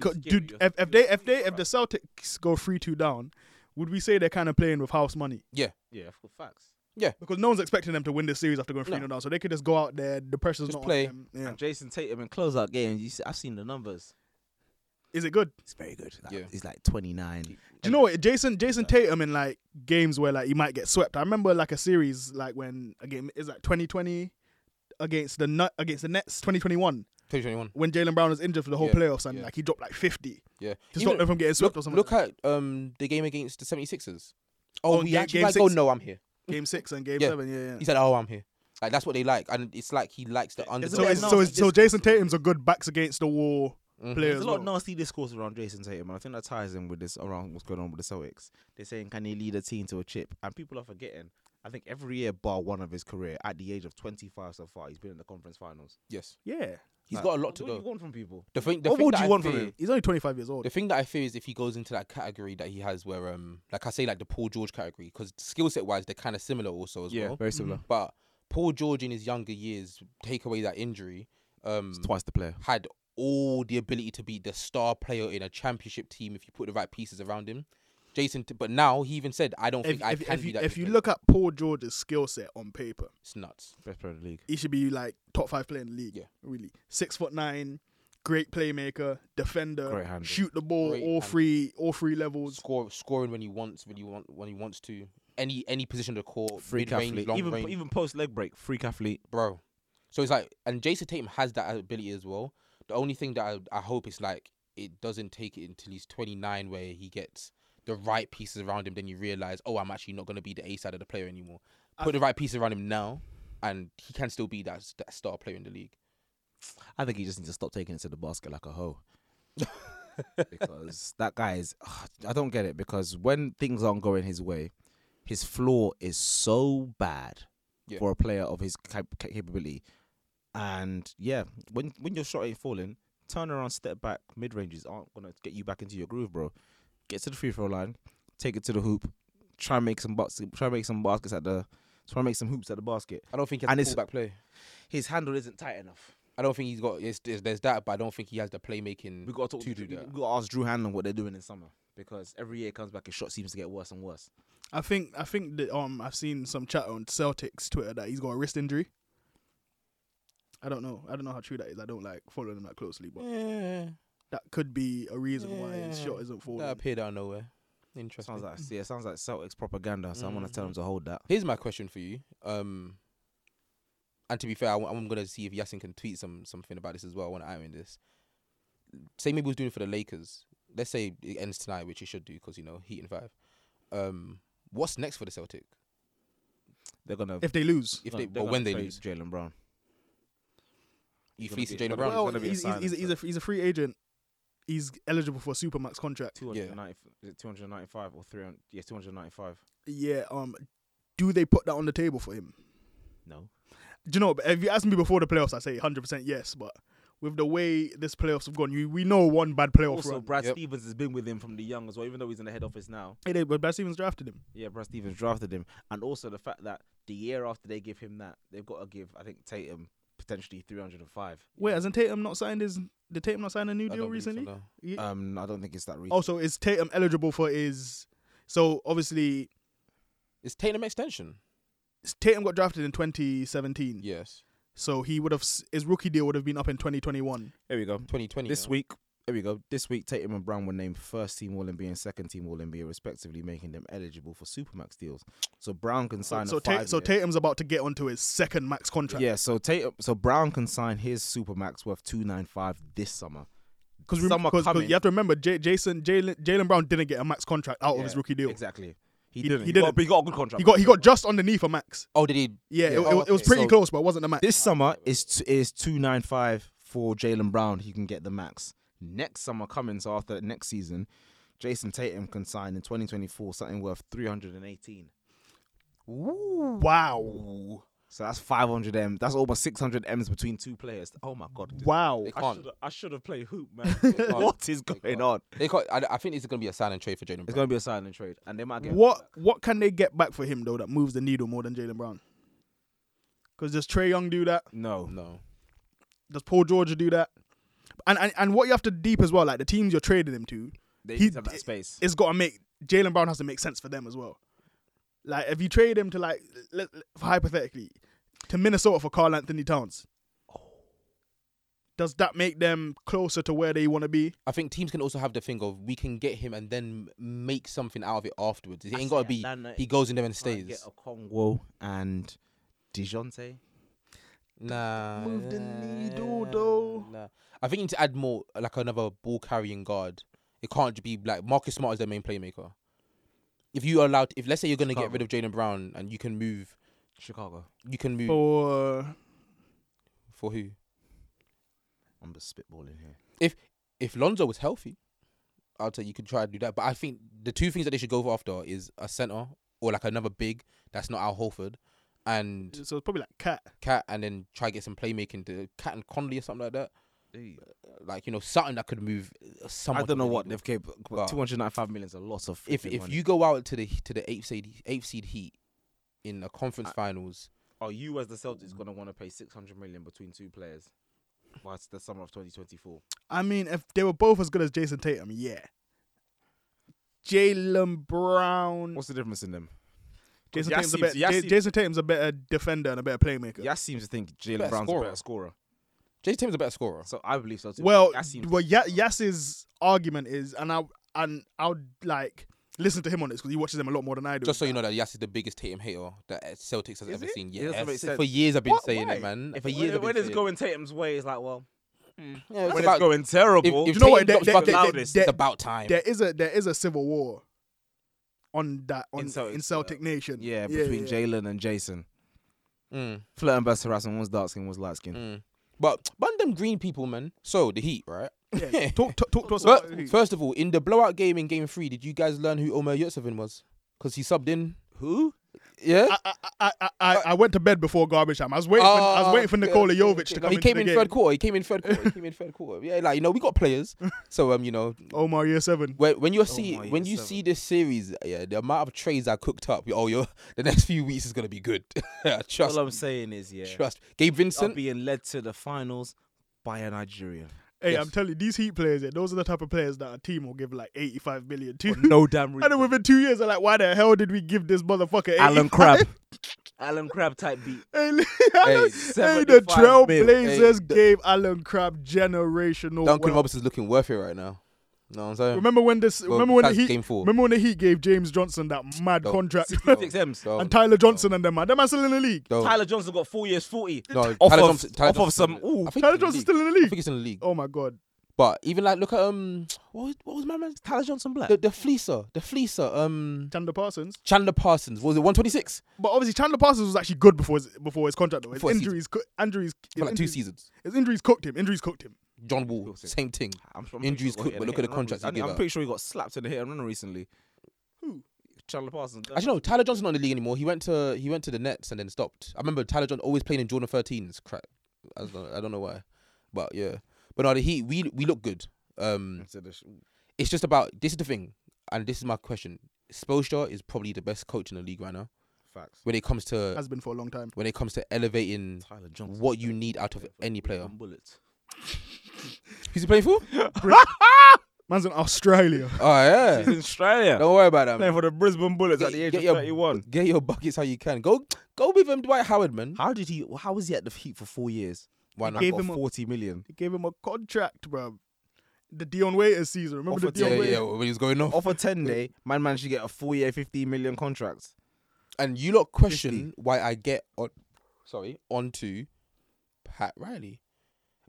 Co- Dude, if, if they if they if the Celtics go three two down, would we say they're kind of playing with house money? yeah, yeah, for facts. Because no one's expecting them to win this series after going three No. 0 down, so they could just go out there. The pressure's Just not play. on them. Yeah. And Jason Tatum in closeout games, you see, I've seen the numbers. Is it good? It's very good. Like, Yeah. He's like 29. Do you know what Jason Jason Tatum in like games where like he might get swept? I remember like a series like when a game is like twenty twenty against the nut against the Nets twenty twenty one twenty twenty one. when Jalen Brown was injured for the whole Yeah, playoffs and yeah. like he dropped like fifty Yeah, to Even- stop them from getting swept look, or something. look at um the game against the 76ers. Oh, Oh, we ga- actually game like. Oh six. no, I'm here. game six and game Yeah. seven. Yeah, He yeah. said, "Oh, I'm here." Like that's what they like, and it's like he likes the It's underdog. So Yeah, is, no, so it's is, so just- Jason Tatum's a good backs against the wall player. Mm-hmm. There's As a lot well. of nasty discourse around Jason Tatum, and I think that ties in with this around what's going on with the Celtics. They're saying, can he lead a team to a chip? And people are forgetting. I think every year, bar one of his career, at the age of 25 so far, he's been in the conference finals. yes, yeah, he's Like, got a lot to What do you go. want from people? The thing, the what thing would that you I want from fear- him? he's only twenty five years old. The thing that I fear is if he goes into that category that he has, where um, like I say, like the Paul George category, because skill set wise, they're kind of similar also as well. hmm. very similar. But Paul George in his younger years, take away that injury, um, Twice the player. had all the ability to be the star player in a championship team if you put the right pieces around him. Jason, t- but now he even said, "I don't If, think I if, can if be you, that." if good you player." look at Paul George's skill set on paper, it's nuts. Best player in the league. he should be like top five player in the league. Yeah. really. Six foot nine, great playmaker, defender, Great handle. shoot the ball Great all handle. three all three levels. Score, scoring when he wants, when he want, when he wants to. Any any position of the court, Freak mid-range, athlete, long even range, even post leg break, freak athlete. bro. So it's like, and Jason Tatum has that ability as well. The only thing that I, I hope is like it doesn't take it until he's 29 where he gets the right pieces around him. Then you realize, oh, I'm actually not gonna be the A side of the player anymore. Put the right pieces around him now, and he can still be that, that star player in the league. I think he just needs to stop taking it to the basket like a hoe. because that guy is, ugh, I don't get it. Because when things aren't going his way, his flaw is so bad Yeah. for a player of his cap- cap- capability. And yeah, when when your shot ain't falling, turn around, step back. Mid ranges aren't gonna get you back into your groove, bro. Get to the free throw line, take it to the hoop, try and make some bucks, try and make some baskets at the, try and make some hoops at the basket. I don't think he And has it's- a fullback play. His handle isn't tight enough. I don't think he's got. It's, there's, there's that, but I don't think he has the playmaking. We got to talk. to To do that. We got to ask Drew Hanlon what they're doing in summer because every year it comes back, his shot seems to get worse and worse. I think I think that um I've seen some chat on Celtics Twitter that he's got a wrist injury. I don't know. I don't know how true that is. I don't like follow them that closely, but Yeah, that could be a reason why his shot isn't falling. that appeared out of nowhere. Interesting. Sounds like yeah, sounds like Celtics propaganda. So I'm gonna tell them Mm. to hold that. Here's my question for you. Um, and to be fair, I, am gonna see if Yasin can tweet some something about this as well. When I'm in this, say maybe he was doing it for the Lakers. Let's say it ends tonight, which he should do because you know Heat and five. Um, what's next for the Celtic? They're gonna if they lose, If no, they they're or when gonna they trade lose, Jalen Brown. you he's gonna fleece be- Jalen Brown. Brown is well, gonna be a he's, he's, he's, silence, he's a he's a free agent. He's eligible for a supermax contract. 290, is it 295 or 300? Yeah, 295. Yeah. Um, do they put that on the table for him? No. Do you know? If you asked me before the playoffs, I say 100 percent yes. But with the way this playoffs have gone, you, we know one bad playoff Also, run. Brad Yep. Stevens has been with him from the young as well, even though he's in the head office now. It is, but Brad Stevens drafted him. Yeah, Brad Mm. Stevens drafted him, and also the fact that the year after they give him that, they've got to give I think Tatum potentially 305. Wait, hasn't Tatum not signed his? Did Tatum not sign a new I deal don't believe so, recently? no. Yeah. Um, I don't think it's that Oh, recent. Also, is Tatum eligible for his? So obviously, It's Tatum extension. Tatum got drafted in 2017. Yes, So he would have s- his rookie deal would have been up in 2021. There we go. 2020. This now. week, there we go. This week, Tatum and Brown were named first team All NBA and second team All NBA, respectively, making them eligible for Supermax deals. So Brown can So, sign. so, a Ta- five so Tatum's about to get onto his second max contract. Yeah, so Tatum, so Brown can sign his Supermax worth two nine five this summer. Because Summer coming. you have to remember, J- Jason Jalen Jalen Brown didn't get a max contract out of his Yeah, rookie deal. Exactly. He, He- didn't. he Got, didn't. but he got a good contract. He got he got just underneath a max. Oh, did he? Yeah, it, oh, it, was- it was okay. pretty So- close, but it wasn't a max. this summer is t- is two nine five for Jalen Brown. He can get the max next summer coming. So after next season, Jason Tatum can sign in twenty twenty four something worth three hundred and eighteen. wow, So that's 500 M. That's almost 600 M's between two players. Oh my God. wow. They can't. I should have played hoop, man. What is going on? They can't. I, I think this is gonna be a silent trade for Jalen. It's Brown. going to be a silent trade. And they might get. What what can they get back for him though that moves the needle more than Jalen Brown? Because does Trey Young do that? No. No. Does Paul George do that? And, and and what you have to deep as well, like the teams you're trading him to, They He- have that space. it's got to make Jalen Brown has to make sense for them as well. Like if you trade him to like let, let- hypothetically to Minnesota for Carl Anthony Towns, Oh. does that make them closer to where they want to be? I think teams can also have the thing of we can get him and then m- make something out of it afterwards. It ain't gotta be he goes in there and Get stays. a Congo and Dijonte. Nah. Move the needle, nah, though. Nah. I think you need to add more like another ball carrying guard. It can't be like Marcus Smart is their main playmaker. If you are allowed, if let's say you're gonna get rid of Jalen Brown and you can move, Chicago. you can move Or for who? I'm just spitballing here. if if Lonzo was healthy, I'll tell you, you could try to do that. But I think the two things that they should go after is a center or like another big that's not Al Holford, and so it's probably like Cat. Cat, and then try get some playmaking to Cat and Conley or something like that. Like you know something that could move uh, I somewhat. don't of know the what needle. they've kept. But- 295 million is a lot of. If freaking if money. you go out to the to the eighth seed eighth seed Heat in the conference finals, Are you as the Celtics going to want to pay 600 million between two players? That's the summer of 2024. I mean, if they were both as good as Jason Tatum, yeah. Jalen Brown. What's the difference in them? Jason Yas Tatum's, a seems- better, Yas Ja- seems- Jason Tatum's a better defender and a better playmaker. Yas seems to think Jalen Better Brown's a scorer. better scorer. Jason Tatum's a better scorer. So I believe so. Too. Well, That seems- well, Ya- Yas's argument is, and I and I'll like listen to him on this because he watches them a lot more than I do. Just so you know that Yass is the biggest Tatum hater that Celtics has Is ever he? seen. It doesn't make Yes. sense. For years I've been What? saying Why? it, man. If For it- years I've when been it's saying going Tatum's way, it's like well, it. Yeah, it's when about- it's going terrible. if, if You know what, Tatum they- drops they- buckets, they- it's they- about time. there is a there is a civil war on that on In in Celtic, Celtic, uh, Nation. yeah, between yeah. Jalen and Jason, Mm, flirting, versus harassment. One's dark skin, one's light skin. mm. But but them green people, man. So the Heat, right? Yeah. Talk, talk, talk to us But about who- first of all, in the blowout game in Game Three, did you guys learn who Omer Yurtsevin was? Because he subbed in. Who? Yeah. I, I, I, I, I- I went to bed before garbage time. I was waiting. for, I was waiting for Oh, okay, Nikola okay, Jovic okay. to No, come. He into came the in game. third quarter. He came in third quarter. he came in third quarter. Yeah, like you know, we got players. So um, you know, Omar year seven. when, when you're see Oh my, when yes, you seven. see this series, yeah, the amount of trades I cooked up. Oh, yo, the next few weeks is gonna be good. trust, All I'm saying is, yeah, trust. Gabe are Vincent. being led to the finals by a Nigerian. Hey, Yes. I'm telling you, these Heat players, yeah, those are the type of players that a team will give like 85 million Oh, to. No damn and then reason. within two years, they're like, why the hell did we give this motherfucker? Alan 85? Crab. Alan Crab type beat. Hey, li- Hey, hey, the 75 mil. Trailblazers Hey, the- gave Alan Crab generational. Duncan wealth. Robinson is looking worth it right now. No, I'm saying. Remember when this? Well, remember when the that's Heat? game four. Remember when the Heat gave James Johnson that mad Don't. contract? Six M's. Don't, and Tyler Johnson and them man. Them man still in the league. don't. Tyler Johnson got four years forty. No, off Tyler of- Johnson, Tyler off of Johnson- some- ooh. I think he's Tyler in the Johnson's league. still in the I league. think it's in the league. Oh my god. But even like look at um, what was, what was my man? Tyler Johnson Black. The, the fleecer, the fleecer. Um, Chandler Parsons. Chandler Parsons was it 126 But obviously Chandler Parsons was actually good before his before his contract though. His Before his injuries coo- injuries his for like two injuries- seasons? His injuries cooked him. Injuries cooked him. John Wall, Wilson. same thing. I'm sure, Injuries could, yeah, but look hit at and the contracts run. he I'm gave pretty sure he got slapped in the hit and run recently. Who? Chandler Parsons. Actually, no. Tyler Johnson not in the league anymore. He went to he went to the Nets and then stopped. I remember Tyler Johnson always playing in Jordan 13s. Crap, I don't, know- I don't know why, but yeah. But no, the Heat we we look good. Um, Instead of sh- it's just about this is the thing, and this is my question. Spoelstra is probably the best coach in the league right now Facts. when it comes to Has been for a long time. when it comes to elevating Tyler Johnson. what you need out of any player. Bullets. Who's he playing for? Man's in Australia. Oh yeah. He's in Australia. Don't worry about that. man. Playing for the Brisbane Bullets Get- at the age get of your- 31. Get your buckets how you can. Go go with him, Dwight Howard, man. How did he? How was he at the Heat for four years? Why And not? I gave got him a- 40 million. They gave him a contract, bro. The Dion Waiters season. Remember Offered to- the Dion Yeah, Waiters? yeah, when he's going off. Off a 10 day, man managed to get a four year, 15 million contract. And you lot question why I get on sorry, onto Pat Riley.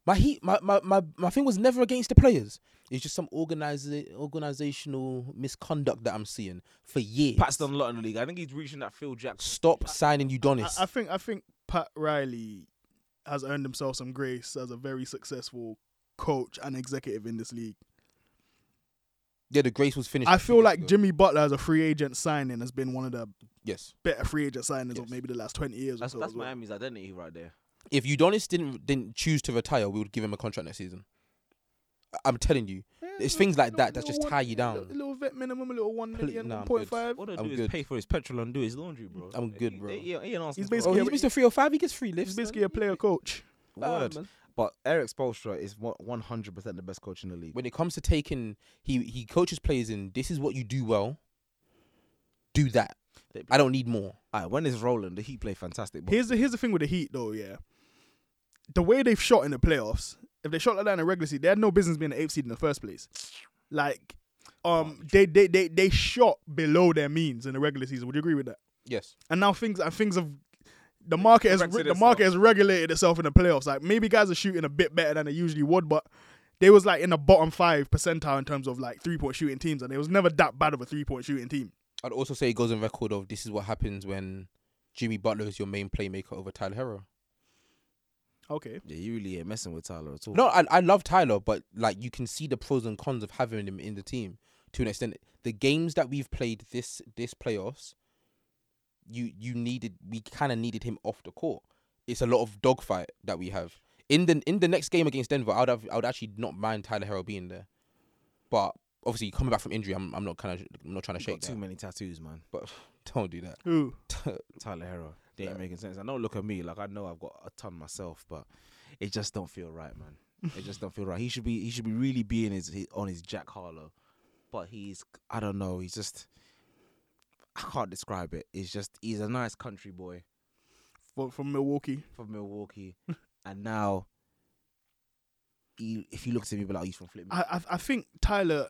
My heat my, my, my, my thing was never against the players. It's just some organiza- organizational misconduct that I'm seeing for years. Pat's done a lot in the league. I think he's reaching that Phil Jackson. Stop signing I, Udonis. I think I think Pat Riley has earned himself some grace as a very successful coach and executive in this league. yeah, the grace was finished. I a few feel years like ago. Jimmy Butler as a free agent signing has been one of the Yes. better free agent signings Yes. of maybe the last twenty years. That's, or so that's as well. Miami's identity right there. If Udonis didn't didn't choose to retire, we would give him a contract next season. I- I'm telling you. It's things like that that just tie you down. A little vet minimum, a little one Ple- million, nah, one I'm point good. five. All they I'm do is good. pay for his petrol and do his laundry, bro. I'm good, He- bro. They, he, he ain't asking He's for Oh, basically a he's Mr. Free or Five. He gets free lifts. He's man. basically a player coach. word. man. But Eric Spolstra is one hundred percent the best coach in the league. When it comes to taking, he he coaches players in. This is what you do well. Do that. I don't need more. Aight, when it's rolling, the Heat play fantastic. But Here's the here's the thing with the Heat though, yeah. The way they've shot in the playoffs, if they shot like that in the regular season, they had no business being an eighth seed in the first place. Like, um, they they they they shot below their means in the regular season. Would you agree with that? Yes. And now things and things have the market has Corrected re- the market itself. has regulated itself in the playoffs. Like maybe guys are shooting a bit better than they usually would, but they was like in the bottom five percentile in terms of like three point shooting teams, and it was never that bad of a three point shooting team. I'd also say it goes on record of this is what happens when Jimmy Butler is your main playmaker over Tyler Hero. Okay, yeah, you really ain't messing with Tyler at all. No, I I love Tyler, but like you can see the pros and cons of having him in the team to an extent. The games that we've played this this playoffs, you you needed we kind of needed him off the court. It's a lot of dogfight that we have in the in the next game against Denver. I'd have I'd actually not mind Tyler Harrell being there, but obviously coming back from injury, I'm I'm not kind of I'm not trying to He got shake too that. many tattoos, man. But don't do that. ooh, Tyler Hero, they ain't Yeah. making sense. I know. Look at me, like I know I've got a ton myself, but it just don't feel right, man. It just don't feel right. He should be, he should be really being his, his on his Jack Harlow, but he's, I don't know, he's just, I can't describe it. It's just, he's a nice country boy. from, from Milwaukee. from Milwaukee, and now he, if he looks at me, he'll be like, "Oh, he's from Flip. I, I I think Tyler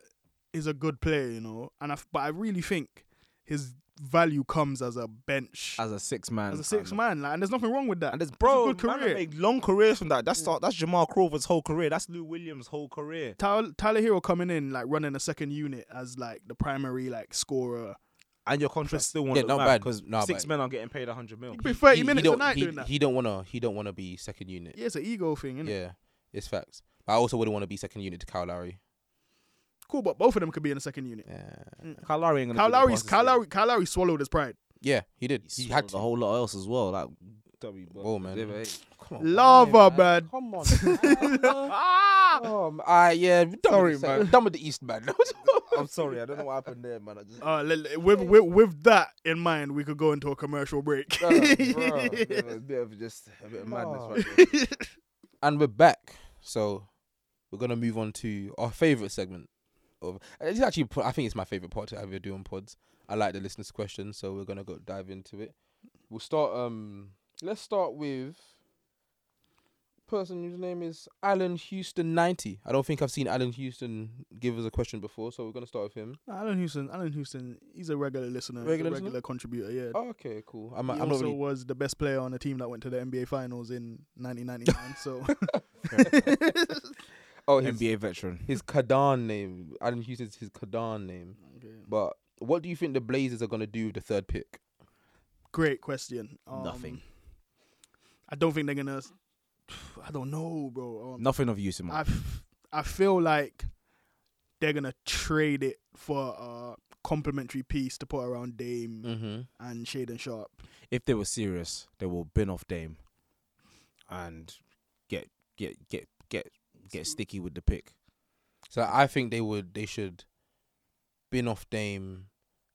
is a good player, you know, and I f- but I really think his value comes as a bench, as, as a six man. a six man. man, like, and there's nothing wrong with that. And it's there's bro, it's a good man have career. made long careers from that. That's that's Jamal Crawford's whole career. That's Lou Williams' whole career. Tyler, Tyler Hero coming in like running a second unit as like the primary like scorer. And your contract still won't Yeah, look not bad bad. because Not six bad. men are getting paid hundred mil. He could be thirty he, he minutes a don't- night he- doing that. He don't wanna. He don't wanna be second unit. yeah, it's an ego thing, isn't Yeah, it? it's facts. But I also wouldn't want to be second unit to Kyle Lowry. Cool, but both of them could be in the second unit. Yeah, Kyle Lowry ain't gonna. Kyle do the Lowry's passes Kyle to him. Lowry, Kyle Lowry swallowed his pride. yeah, he did. He He had the to. whole lot else as well. Like, W, Whoa, man. Yeah, hey. Come on, Lava, man. Come on. man. Ah! Um, I yeah, done Sorry, with the Celtics. man. Done with the East, man. I'm sorry, I don't know what happened there, man. I just, Uh, le- le- with, with with that in mind, we could go into a commercial break. Nah, bruh, bit of a- bit of just a bit of madness Oh. right there. and we're back. So we're gonna move on to our favorite segment. Of it's actually, pro- I think it's my favorite part to ever do on pods. I like the listeners' questions, so we're gonna go dive into it. We'll start. Um, let's start with person whose name is Alan Houston ninety. I don't think I've seen Alan Houston give us a question before, so we're gonna start with him. Alan Houston, Alan Houston, he's a regular listener, he's Regular a listener? regular contributor. Yeah, Oh, okay, cool. I'm, he I'm not also really. was the best player on a team that went to the NBA Finals in 1999. so Oh, his, NBA veteran. his Kadan name. Alan Houston's his Kadan name. But what do you think the Blazers are gonna do with the third pick? great question. Um, Nothing. I don't think they're gonna. I don't know, bro. Um, Nothing of use in I, f- I feel like they're gonna trade it for a complimentary piece to put around Dame Mm-hmm. and Shaden Sharp. If they were serious, they will bin off Dame and get get get get get sticky with the pick. So I think they would they should bin off Dame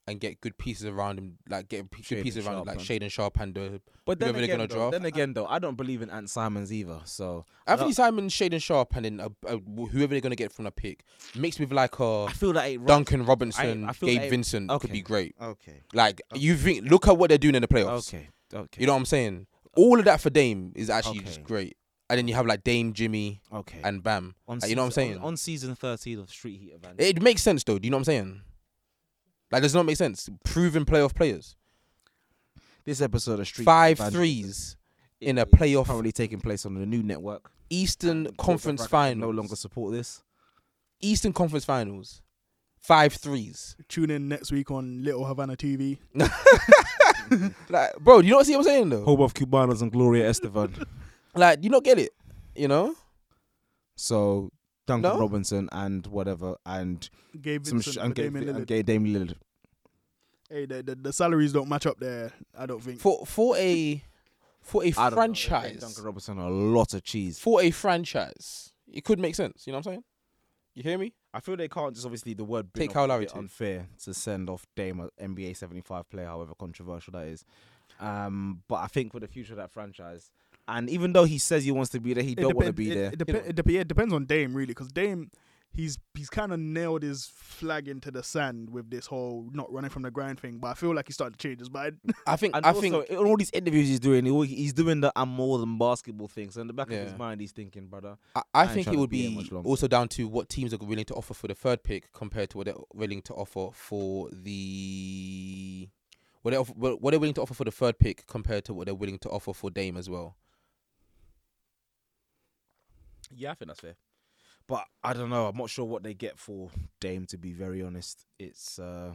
and get good pieces around him, like get p- good Shaden pieces around him, Sharp, like man. Shaden Sharp and uh, But then Whoever they're again, gonna though, draft. then again though, I don't believe in Ant Simons either. So Anthony Simon, Shaden Sharp, and then uh, uh, wh- whoever they're gonna get from the pick mixed with like uh, I feel that ain't right. Duncan Robinson, I feel Gabe they- Vincent could okay. be great. Okay. Like you think, look at what they're doing in the playoffs. Okay. Okay. You know what I'm saying? All of that for Dame is actually just Okay. great. And then you have like Dame, Jimmy, okay. and Bam. on Like, you know what I'm season- saying? On, on season 13 of Street Heat Event. It makes sense though. Do you know what I'm saying? Like, does not make sense. Proven playoff players. this episode of Street Five Heat Event threes in a is playoff currently taking place on the new network. Eastern Conference Bracket Finals. No longer support this. Eastern Conference Finals. Five threes. Tune in next week on Little Havana TV. Like, bro, do you not see what I'm saying though? Home of Cubanos and Gloria Estevan. Like, do you not get it? You know? so Duncan No? Robinson and whatever and Gabe some Vincent sh- for and, Gabe, Damian Lillard. and Gabe Dame Lillard. Hey, the, the, the salaries don't match up there. I don't think. For for a for a I don't know, they paid franchise. Duncan Robinson a lot of cheese. For a franchise. It could make sense. You know what I'm saying? You hear me? I feel they can't just obviously the word Take bin off is Kyle a Lowry bit too. unfair to send off Dame a NBA 75 player however controversial that is. Um, but I think for the future of that franchise and even though he says he wants to be there he don't want to depend- be it- there. It, depen- it, dep- it depends on Dame really, because Dame, he's he's kind of nailed his flag into the sand with this whole not running from the grind thing. But I feel like he started to change his mind. I think And I also, think in all these interviews he's doing, he, al- he's doing the "I'm more than basketball" thing. So in the back of Yeah. his mind, he's thinking, "Brother, I, I I ain't think trying it to would be here be much longer. also down to what teams are willing to offer for the third pick compared to what they're willing to offer for the what they're, off- what what they're willing to offer for the third pick compared to what they're willing to offer for Dame as well. yeah, I think that's fair." But I don't know. I'm not sure what they get for Dame. To be very honest, it's uh,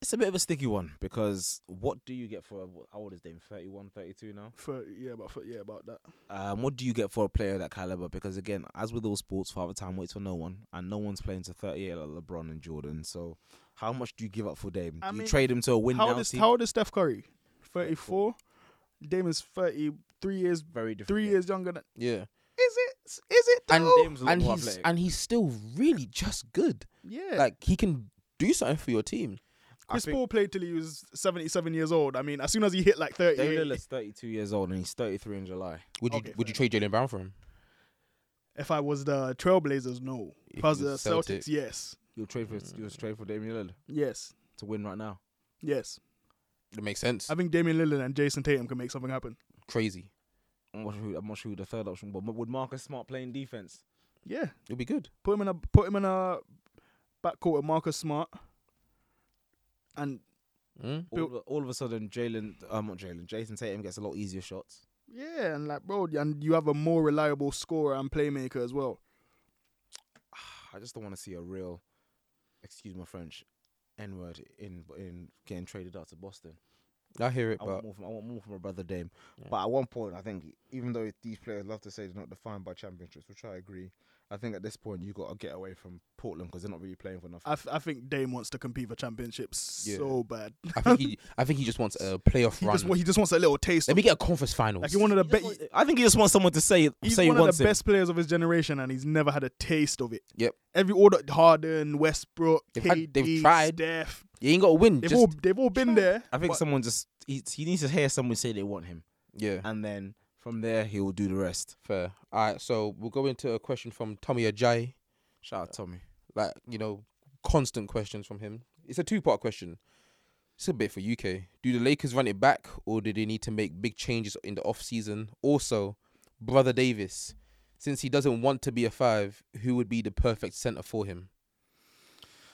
it's a bit of a sticky one because what do you get for wh- how old is Dame? 31, 32 now. For yeah, about for, yeah, about that. Um, what do you get for a player of that caliber? Because again, as with all sports, father time waits for no one, and no one's playing to 38 like LeBron and Jordan. So. How much do you give up for Dame? I do you mean, trade him to a win How now old is team? how old is Steph Curry? Thirty four. Dame is thirty three years Very different. three game. years younger than. Yeah, Is it? Is it? and though? Dame's a lot and more he's athletic. and he's still really just good. yeah. Like he can do something for your team. Chris think- Paul played till he was seventy seven years old. I mean, as soon as he hit like thirty, Dame Lillard's 32 years old and he's 33 in July. Would you Okay, would you trade Jalen Brown for him? If I was the Trailblazers, no. If I was you the was Celtic. Celtics, yes. You'll trade for you'll trade for Damian Lillard Yes. to win right now. Yes. That makes sense. I think Damian Lillard and Jason Tatum can make something happen. Crazy. I'm not sure. Who, I'm not sure who the third option. But would Marcus Smart playing defense? Yeah, It'll be good. put him in a put him in a backcourt with Marcus Smart, and Mm? All, of, a- all of a sudden, Jalen, um, not Jalen, Jason Tatum gets a lot easier shots. yeah, and like bro, and you have a more reliable scorer and playmaker as well. I just don't want to see a real, excuse my French, N word in in getting traded out to Boston. I hear it, I but want more from I want more from my brother Dame. But at one point, I think even though these players love to say they're not defined by championships, which I agree, I think at this point you got to get away from Portland because they're not really playing for nothing. I, f- I think Dame wants to compete for championships Yeah. so bad. I think he, I think he just wants a playoff He run. just, wa- he just wants a little taste. Let Of, me get a conference finals. like he wanted a He just bet. wants- I think he just wants someone to say He's say he one of wants the him. best players of his generation, and he's never had a taste of it. Yep. Every order: Harden, Westbrook, They've had- KD, they've tried. Steph. you ain't got to win. They've Just, Uh, all they've all been there. I think but- someone just he, he needs to hear someone say they want him, yeah, and then from there he will do the rest. fair. All right, so we'll go into a question from Tommy Ajay. Shout out Tommy. Like you know, constant questions from him. It's a two-part question. It's a bit for UK. Do the Lakers run it back, or do they need to make big changes in the off season? Also, brother Davis, since he doesn't want to be a five, who would be the perfect center for him?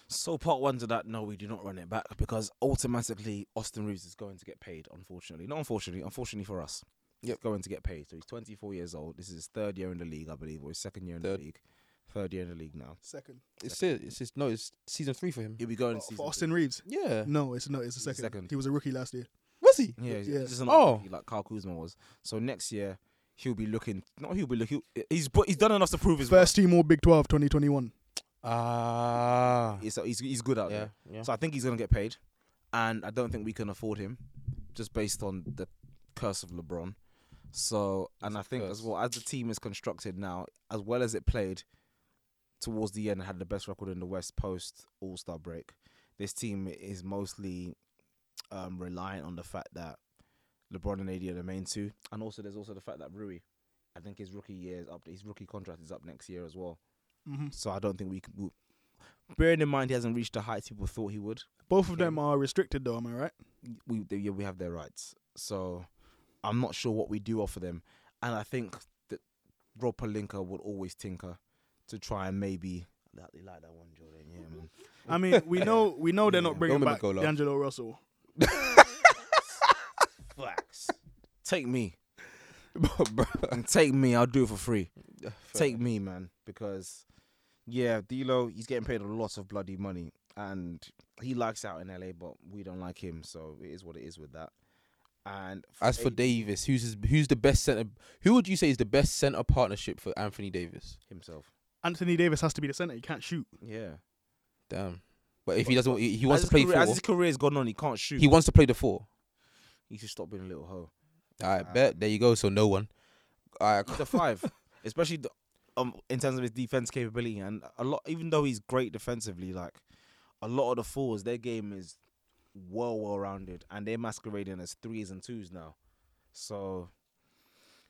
So part one to that, no, we do not run it back because automatically Austin Reeves is going to get paid. Unfortunately, not unfortunately, unfortunately for us, he's going to get paid. So he's 24 years old. This is his third year in the league, I believe, or his second year in Third. the league. Third year in the league now. Second It's it. It's just no. It's season three for him. He'll be going for, to season for Austin Reeves. Yeah. No, it's no, it's a second. second. He was a rookie last year. Was he? three. Yeah, he's Yeah. he's just an oh. Oh. like Carl Kuzma was. So next year he'll be looking. Not he'll be looking. He's but he's done enough to prove his worth. First team All Big 12 2021. Ah. He's he's, he's good out Yeah. there. Yeah. So I think he's gonna get paid, and I don't think we can afford him, just based on the curse of LeBron. So, and I It's a think curse. as well as the team is constructed now, as well as it played towards the end, and had the best record in the West post All Star break. This team is mostly um, reliant on the fact that LeBron and AD are the main two, and also there's also the fact that Rui, I think his rookie year is up. His rookie contract is up next year as well. Mhm. So I don't think we can. We, bearing in mind he hasn't reached the heights people thought he would, Both of them are restricted, though, am I right? we they, yeah, we have their rights. So I'm not sure what we do offer them, and I think that Rob Palinka would always tinker to try and maybe. That, you like that one, Jordan? Yeah, man. I mean, we know we know they're not bringing Don't make back me go laugh. D'Angelo Russell. Facts. Take me Bro, and take me. I'll do it for free. fair. Take me, man, because yeah, D'Lo, he's getting paid a lot of bloody money, and he likes out in LA, but we don't like him, so it is what it is with that. And As for A- Davis, who's his, who's the best center? Who would you say is the best center partnership for Anthony Davis? himself, Anthony Davis has to be the center. He can't shoot. yeah. Damn. But if he doesn't, he he wants as to play his career, as four. his career's gone on, he can't shoot. He wants to play the four. He should stop being a little hoe. Ah. I bet. There you go. So no one. I He's a five, especially the, um, in terms of his defense capability, and a lot. Even though he's great defensively, like a lot of the fours, their game is well well rounded, and they're masquerading as threes and twos now. So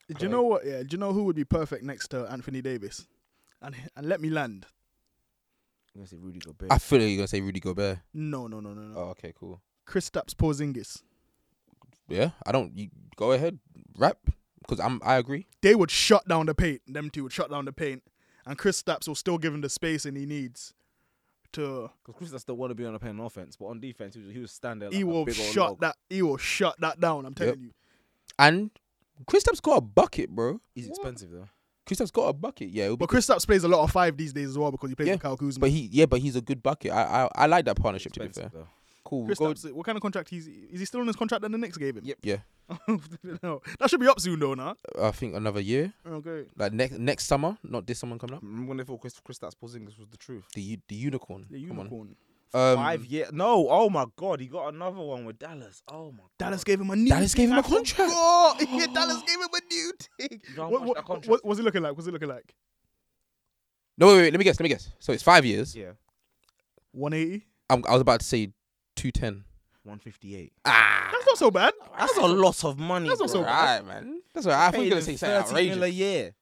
Do you know what? Yeah. Do you know who would be perfect next to Anthony Davis? And and let me land. I'm gonna say Rudy Gobert. I feel like you're gonna say Rudy Gobert. No, no, no, no, no. Oh, okay, cool. Kristaps Porzingis. Yeah, I don't. You go ahead, rap, because I'm. I agree. They would shut down the paint. Them two would shut down the paint, and Kristaps will still give him the spacing he needs. To Because Chris does not want to be on a paint on offense, but on defense, he was, he was standing. Like he a will big old shut log. that. He will shut that down. I'm telling you. And Kristaps got a bucket, bro. He's expensive though. Kristaps got a bucket. Yeah, it'll be But Kristaps plays a lot of five these days as well because he plays Yeah, with Kyle Kuzma. But he, yeah, but he's a good bucket. I, I, I like that partnership. To be fair, Expensive though. cool. Chris Go, Stapps, what kind of contract he's is he still on his contract that the Knicks gave him? Yep. yeah, no, that should be up soon though, nah. I think another year, Okay. like next next summer, not this summer coming up. Remember when they thought Chris Chris Porzingis was the truth? The u- the unicorn. The Come on. unicorn. Um, Five year? No. Oh my God, he got another one with Dallas. Oh my. Dallas gave him a new. Dallas gave him a contract. Oh, yeah, Dallas gave him a new thing. You know how What, much what- that contract- what- what's it looking like? What's it looking like? No, wait, wait. Let me guess. Let me guess. So it's five years. Yeah. One eighty. I'm, I was about to say two ten. 158. That's not so bad. That's a lot of money. That's also- bro. Alright, man. That's all right. I think you're gonna say something 30 mil outrageous. a year.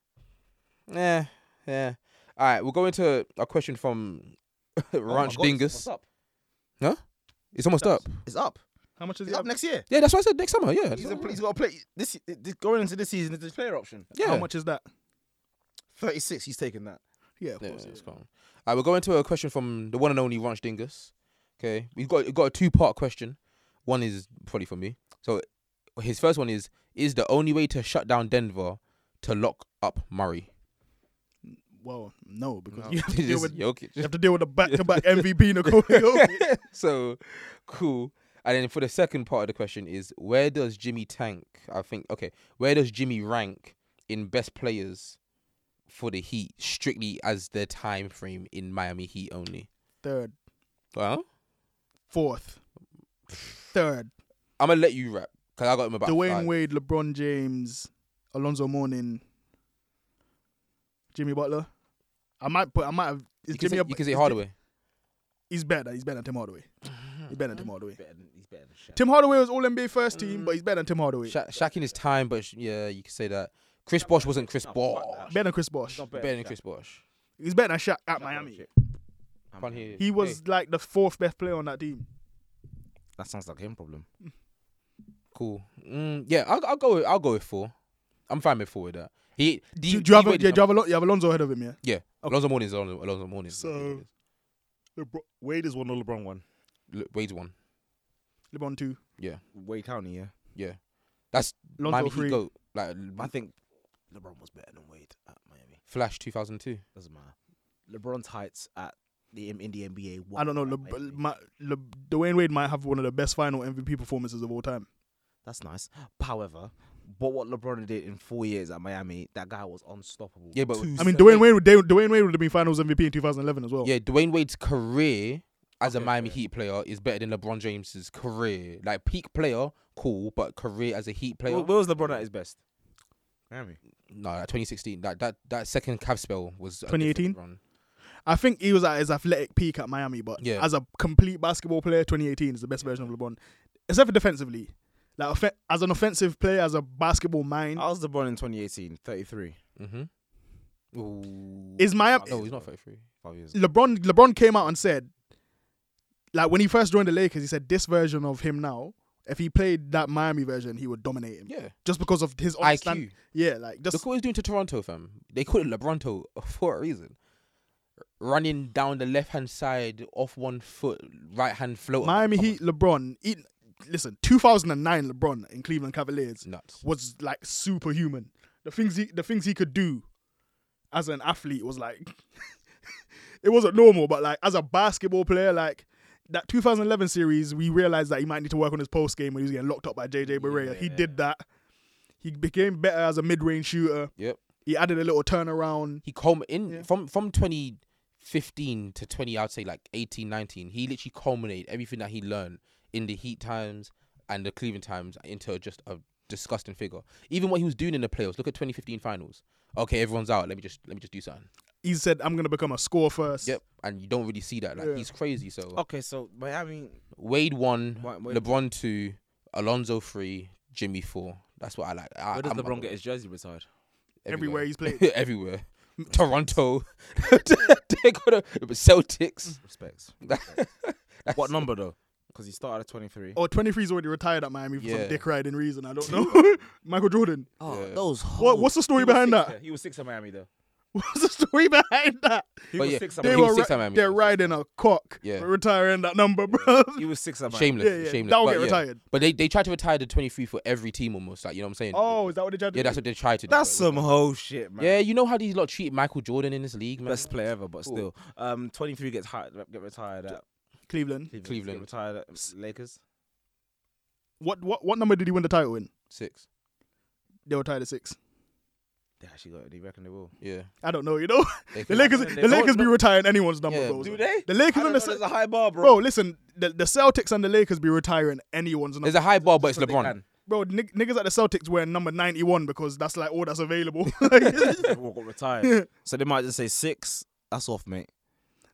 Yeah, yeah. All right, we'll go into a question from Oh my Ranch God, it's- Dingus. What's up? It's almost up. It's up. How much is he He's up next year. Yeah, that's what I said next summer. Yeah, that's He's, a, what I pl- said. he's got to play this, this going into this season. It's a player option. yeah. How much is that? Thirty six. He's taking that. Yeah, of Yeah, course. it's calm. All right, we're going to a question from the one and only Ranch Dingus. Okay, we've got we've got a two part question. One is probably for me. So his first one is: Is the only way to shut down Denver to lock up Murray? Well, no, because No. you have to deal Just with Jokic. you have to deal with a back to back MVP Nikola Jokic. so cool. And then for the second part of the question is: Where does Jimmy tank? I think okay. Where does Jimmy rank in best players for the Heat strictly as their time frame in Miami Heat only? Third, Well, fourth, third. I'm gonna let you rap because I got him about Dwayne five. Wade, LeBron James, Alonzo Mourning, Jimmy Butler. I might put. I might have. you Is can Jimmy? say, a- you can say is Ji- Hardaway. He's better. He's better than Tim Hardaway. He's better than Tim Hardaway. Mm-hmm. Better than, he's better than Shaq. Tim Hardaway was All NBA first team, but he's better than Tim Hardaway. Sha- Mm-hmm. Shaq in his time, but sh- yeah, you could say that. Chris Bosh wasn't Chris Bosh. better than Chris Bosh. He's not Better than Shaq. Chris Bosh. He's better than Shaq at Shaq Miami. Shaq. Can't hear you. He was Hey, like the fourth best player on that team. That sounds like him problem. cool. Mm, yeah, I'll, I'll go. With, I'll go with four. I'm fine with four with that. He. Do D, you, do you have, D a, Wade yeah, is do you have Alon- you have Alonzo ahead of him? Yeah. num- yeah. Alonzo Mourning is Alonzo, Alonzo Mourning. is- So- Wade is one or LeBron one. Le- Wade's one. LeBron two. Wade County, yeah. Yeah, that's Alonzo Miami three. Heat goat. Like I think LeBron was better than Wade at Miami. Flash 2002. Doesn't matter. LeBron's heights at the in the NBA. I don't know. were Le, at Miami. my, Le, Dwayne Wade might have one of the best final MVP performances of all time. That's nice. However, but what LeBron did in four years at Miami, that guy was unstoppable. Yeah, but I mean, Dwayne Wade, would- Dwayne Wade would have been Finals MVP in 2011 as well. Yeah, Dwayne Wade's career as a Okay, Miami yeah. Heat player is better than LeBron James's career. Like peak player, cool, but career as a Heat player. Where, where was LeBron at his best? Miami. No, like 2016. That that that second Cavs spell was a different 2018? run. I think he was at his athletic peak at Miami, but Yeah. as a complete basketball player, 2018 is the best version of LeBron, except for defensively. Like off- as an offensive player, as a basketball mind, Oh, I was LeBron in 2018, 33. Mm-hmm. Ooh. Oh, is Miami. no, he's not 33. Five years. LeBron LeBron came out and said, like when he first joined the Lakers, he said this version of him now, if he played that Miami version, he would dominate him. Yeah. Just because of his IQ. understand- Yeah, like just Look what he's doing to Toronto, fam. They call it LeBronto for a reason. Running down the left hand side off one foot, right hand floater. Miami Come on, Heat LeBron. He, listen, 2009 LeBron in Cleveland Cavaliers it's nuts. was like superhuman. The things he the things he could do as an athlete was like it wasn't normal, but like as a basketball player, like that 2011 series, we realized that he might need to work on his post game when he was getting locked up by JJ Barea. He did that. He became better as a mid range shooter. Yep. He added a little turnaround. He culm in Yeah. from from 2015 to 20, I'd say like 18, 19. He literally culminated everything that he learned in the Heat times and the Cleveland times into just a disgusting figure. Even what he was doing in the playoffs. Look at 2015 finals. Okay, everyone's out. Let me just let me just do something. He said, "I'm gonna become a scorer first. Yep. And you don't really see that. Like Yeah. Oh. he's crazy. So Okay, so Miami. Wade one, Why- why- LeBron two, Alonzo three, Jimmy four. That's what I like. I, Where does I'm- LeBron I'm- get his jersey retired? Everywhere he's played. everywhere. Toronto, they got Celtics. Respects. That's- what number though? Because he started at 23. Or 23 Oh, is already retired at Miami for Yeah. some dick riding reason. I don't know. Michael Jordan. Oh, Yeah. those. What, what's the story behind that? He was six at Miami though. What's the story behind that? He But was yeah, six at But They he Miami. was were six ri- at Miami, They're he was riding a cock. Yeah. for retiring that number, bro. He was six at Miami. Shameless, Yeah, yeah. shameless. That'll but get yeah. retired. But they, they tried to retire the 23 for every team almost. Like you know what I'm saying? Oh, is that what they tried to yeah, do? that's what they tried to. do, That's but it some wasn't. whole shit, man. Yeah, you know how these lot treat Michael Jordan in this league, man. Best player ever, but Cool. still. Um, 23 gets hi- get retired at Cleveland. Cleveland. Cleveland. Get retired at Lakers. What what what number did he win the title in? Six. They were tied at six. They actually got. They reckon they will. Yeah. I don't know, you know. They The could- Lakers they the Lakers don't be know. retiring anyone's number, Yeah, bro. do they? The Lakers and the There's Ce- a high bar, Bro, listen, the, the Celtics and the Lakers be retiring anyone's number. There's a high bar, but it's Just 'cause they LeBron. can. bro, nig- niggas at the Celtics wearing number 91 because that's like all that's available. Everyone got retired, so they might just say six. That's off, mate.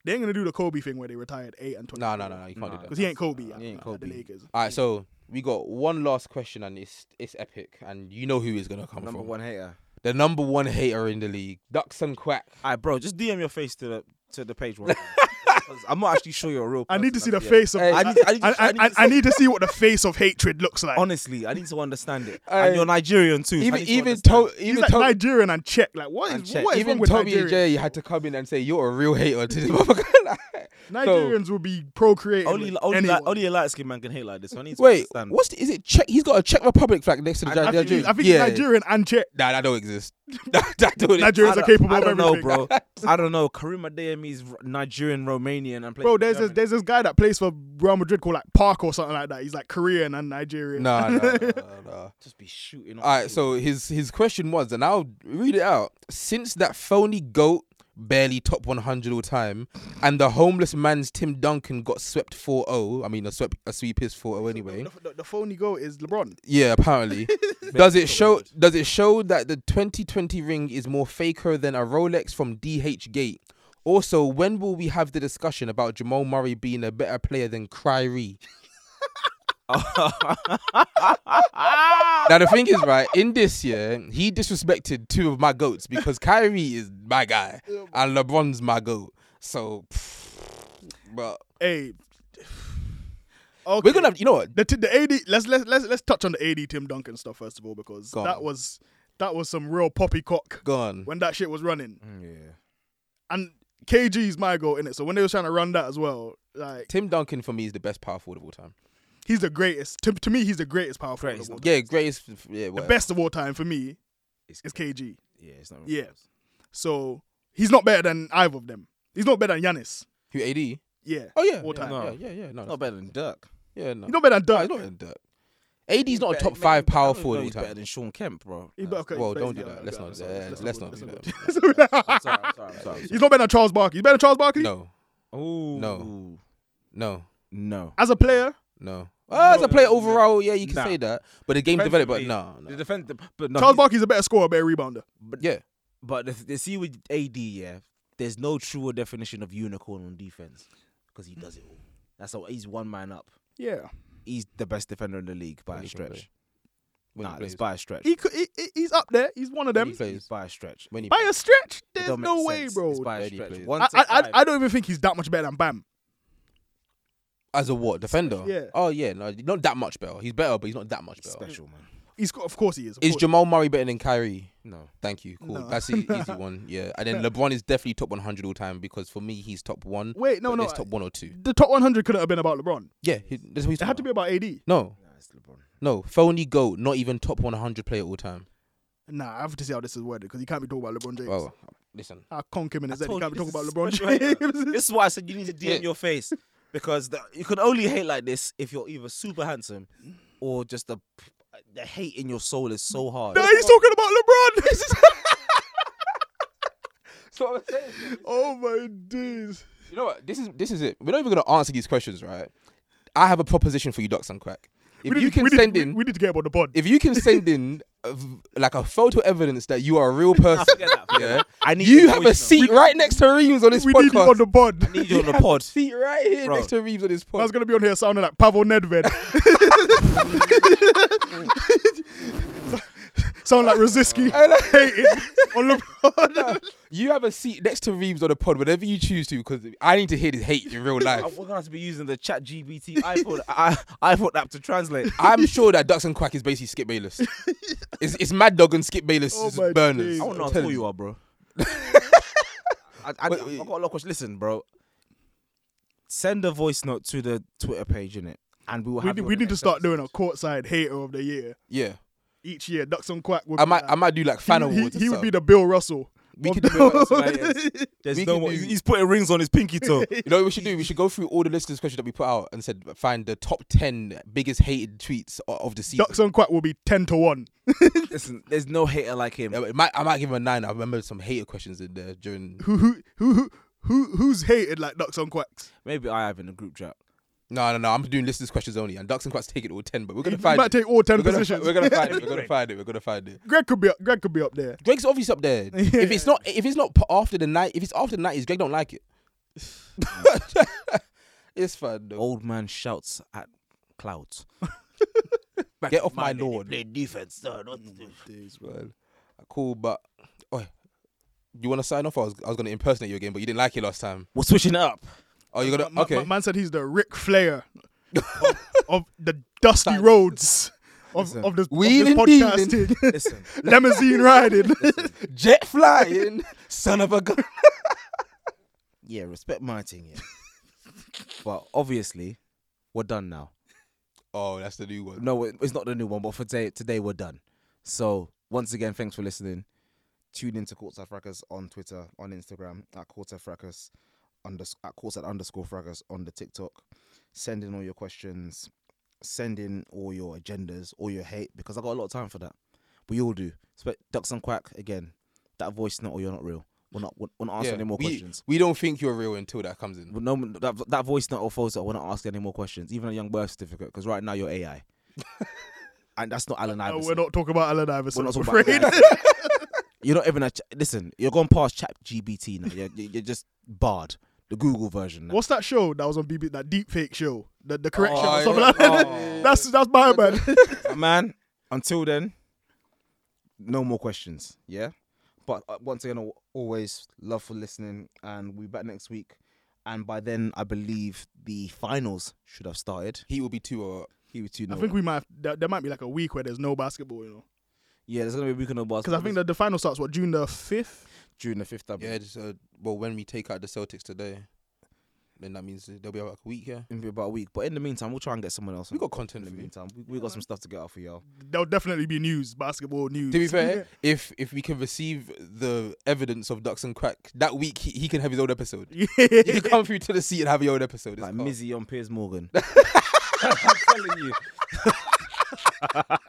they ain't gonna do the Kobe thing where they retired eight and twenty. No, no, no, no. You can't Nah. do that. Because he ain't Kobe. He ain't at Kobe. The Lakers. All right, so we got one last question, and it's it's epic, and you know who is gonna come Number from. one hater. The number one hater in the league, Ducks and Quack. All right, bro. Just DM your face to the to the page one. 'Cause I'm not actually sure you're a real. I person need to see at end. the face of. Hey, I, I need, I need, I, I need I, to I see- need to see what the face of hatred looks like. honestly, I need to understand it. Hey. and you're Nigerian too. so I even need to even understand to, it. He's even like to, Nigerian and Czech. Like what And is Czech. what is wrong even with Toby and Nigerians? Jay had to come in and say you're a real hater to this motherfucker. Like, so- Nigerians will be procreating. only with only anyone. like, only a light skinned man can hate like this. So I need to Wait, understand. what's the, is it? Czech? He's got a Czech Republic flag next to the I- Gi- I I think, Nigerian. I think yeah. Nigerian and Czech. Nah, that don't exist. that, that don't exist. I Nigerians are don't- capable I of don't know, everything. bro. I don't know. Karim Adeyemi is R- Nigerian, Romanian, and plays Bro, for there's this, Germany. there's this guy that plays for Real Madrid called like Park or something like that. He's like Korean and Nigerian. Nah, nah, nah, nah. just be shooting. All right, so his his question was, and I'll read it out. Since that phony goat barely top 100 all time, and the homeless man's Tim Duncan got swept 4-0. I mean, a sweep a sweep is 4-0 anyway. The, the, the phony goal is LeBron. Yeah, apparently. does it show? Does it show that the 2020 ring is more faker than a Rolex from DH Gate? Also, when will we have the discussion about Jamal Murray being a better player than Kyrie? now the thing is, right in this year, he disrespected two of my goats because Kyrie is my guy and LeBron's my goat. So, but Hey, okay. we're gonna, have, you know what? the, t- the AD. Let's let's let's let's touch on the AD Tim Duncan stuff first of all because Go on. that was that was some real poppycock Gone. when that shit was running. Mm, yeah. And KG's my goal in it. So when they was trying to run that as well, like Tim Duncan for me is the best power forward of all time. he's the greatest. To, to me, he's the greatest power forward. Greatest, of all time. Yeah, greatest. Yeah, The whatever. best of all time for me It's, is KG. yeah, it's not. Yeah. So he's not better than either of them. He's not better than Yanis. Who AD? Yeah. Oh yeah, All yeah, time. No. No. Yeah, yeah, yeah, no, Not that's- better than Dirk. yeah, no. He's not better than No, Dirk. he's not in dirt. AD's not a top five power forward all He's better time. than Sean Kemp, bro. He better cut Well, his face don't do down. that. Let's Yeah, not. sorry, yeah, Let's not do not that. do that. sorry, I'm sorry, I'm sorry. He's not better than Charles Barkley. He's better than Charles Barkley No, Ooh. No. no, No. as a player. no. Ah, as a player overall, yeah, you can Nah. say that. But the game developed, but Defensively, no, The no. defense, but no. Charles he's- Barkley's a better scorer, better rebounder. but Yeah, But the, the see with AD, yeah, there's no truer definition of unicorn on defense because he does it all. That's all. He's one man up. Yeah, He's the best defender in the league by When a he can play. stretch. when nah, he it's plays, by a stretch. he could. He, he- he's up there. He's one of when he them. It's plays, by a stretch. when he By plays. a stretch, It there's don't no make way, sense. bro. It's by a Barely stretch. plays. One I, to I, I, five. I don't even think he's that much better than Bam. as a what defender? Yeah. Oh yeah, no, not that much better. He's better, but he's not that much better. special, man. He's got, of course he is. of Is course. Jamal Murray better than Kyrie? No. Thank you. Cool. No. That's an easy one. Yeah. And then LeBron is definitely top 100 all time because for me he's top one. Wait, no, but no. It's top one or two. the top 100 couldn't have been about LeBron. Yeah, he, that's what he's It had to be about AD. No, Nah, it's LeBron. no, phony goat, not even top 100 player all time. Nah, I have to see how this is worded because you can't be talking about LeBron James. Oh, listen. I conk him in his I head. You told can't be you talking about this LeBron is special. James. This is why I said you need to DM Yeah. your face because the, you can only hate like this if you're either super handsome or just the the hate in your soul is so hard. Nah, he's talking about LeBron. So I'm saying, oh my days. you know what? This is this is it. We're not even gonna answer these questions, right? I have a proposition for you, Doc Crack. If need you to- can we send need, in, We, we need to get him on the pod. if you can send in a v- like a photo evidence that you are a real person, Forget that, forget yeah, that. I need you your have voice a note. seat right next to Reeves on this we need him on podcast. the pod. I need you on the pod. seat right here Bro. next to Reeves on this That's podcast. gonna be on here sounding like Pavel Nedved. Sound like Rosinski hating on LeBron. You have a seat next to Reeves on the pod, whenever you choose to, because I need to hear this hate in real I- life. We're gonna have to be using the Chat GBT iPhone I, iPhone app to translate. I'm sure that Ducks and Quack is basically Skip Bayless. It's, it's Mad Dog and Skip Bayless Oh is my burners. days. I want to know Tell who you. you are, bro. I, I, Wait, I wait. got a lot of questions. Listen, bro. Send a voice note to the Twitter page in it, and we will. We, have need- you on we the need to next start episode. doing a courtside hater of the year Yeah, each year. Ducks on Quack. Would I be might like- I might do like fan he, awards. He, or he would something. be the Bill Russell. We of could the- do it. There's We no can one. do- He's putting rings on his pinky toe. You know what we should do? We should go through all the listeners' questions that we put out and said find the top ten biggest hated tweets o- of the season. Ducks on Quack will be ten to one. Listen, there's no hater like him. Yeah, but it might, I might give him a nine. I remember some hater questions in there during. Who who who who who who's hated like Ducks on Quacks? Maybe I have in the group chat. No, no, no. I'm doing listeners' questions only, and Ducks and Quacks take it all ten. But we're He gonna he find. might it. take all We're ten gonna, fi- positions. we're gonna find it. We're gonna find it. We're gonna find it. Greg could be up, Greg could be up there. Greg's obviously up there. If it's not, if it's not p- after the night, if it's after the nineties, Greg don't like it. it's fun though. Old man shouts at clouds. Get off my lawn. Play defense. No, not Well, cool, but oh, you want to sign off? I was, I was going to impersonate you again, but you didn't like it last time. We're switching it up. Oh, you're gonna Ma- ma- okay. man said he's the Ric Flair of, of the dusty roads of, of this, of this Wheeling, podcasting. Listen, Limousine riding. Jet flying, son of a gun. yeah, respect my thing, yeah. but obviously, we're done now. Oh, that's the new one. No, it- it's not the new one, but for today, today we're done. So once again, thanks for listening. Tune into Courtside Fracas on Twitter, on Instagram, at Courtside Fracas, unders- at Courtside underscore Fracas on the TikTok. Send in all your questions, send in all your agendas, all your hate, because I got a lot of time for that. We all do. Spe- Ducks and quack again. That voice not or you're not real. We're not. We're we're not Yeah, asking any more we, questions. We don't think you're real until that comes in. But no, that that voice not or photo. We're not asking any more questions. Even a young birth certificate, because right now you're AI, and that's not Alan No, Iverson. we're not talking about Alan Iverson. We're not I'm talking about afraid. Alan You're not even a. Ch- Listen, you're going past Chat GBT now. You're, you're you're just barred. The Google version. Now. What's that show that was on BB? That deep fake show, the, the correction Oh, or something yeah. like that. Oh. That's that's my man. Uh, man, until then, no more questions. Yeah. But uh, once again, al- always love for listening, and we'll be back next week. And by then, I believe the finals should have started. He will be too. Uh, He was too I know. think we might. Have, there, there might be like a week where there's no basketball, you know, yeah, there's gonna be a weekend of because I think that the final starts what June the fifth. June the fifth. yeah, just, uh, well, when we take out the Celtics today, then that means they'll be out like a week. Yeah, in about a week. But in the meantime, we'll try and get someone else. we on. got content in for the you. meantime, we, we got some stuff to get off for y'all. There'll definitely be news, basketball news. To be fair, if if we can receive the evidence of Ducks and Quack that week, he, he can have his own episode. You can come through to the seat and have your own episode. It's Like calm. Mizzy on Piers Morgan. I'm telling you.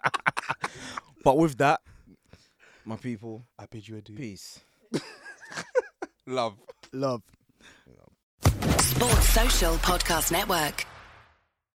but with that, my people, I bid you adieu. peace. Love. love. Sports Social Podcast Network.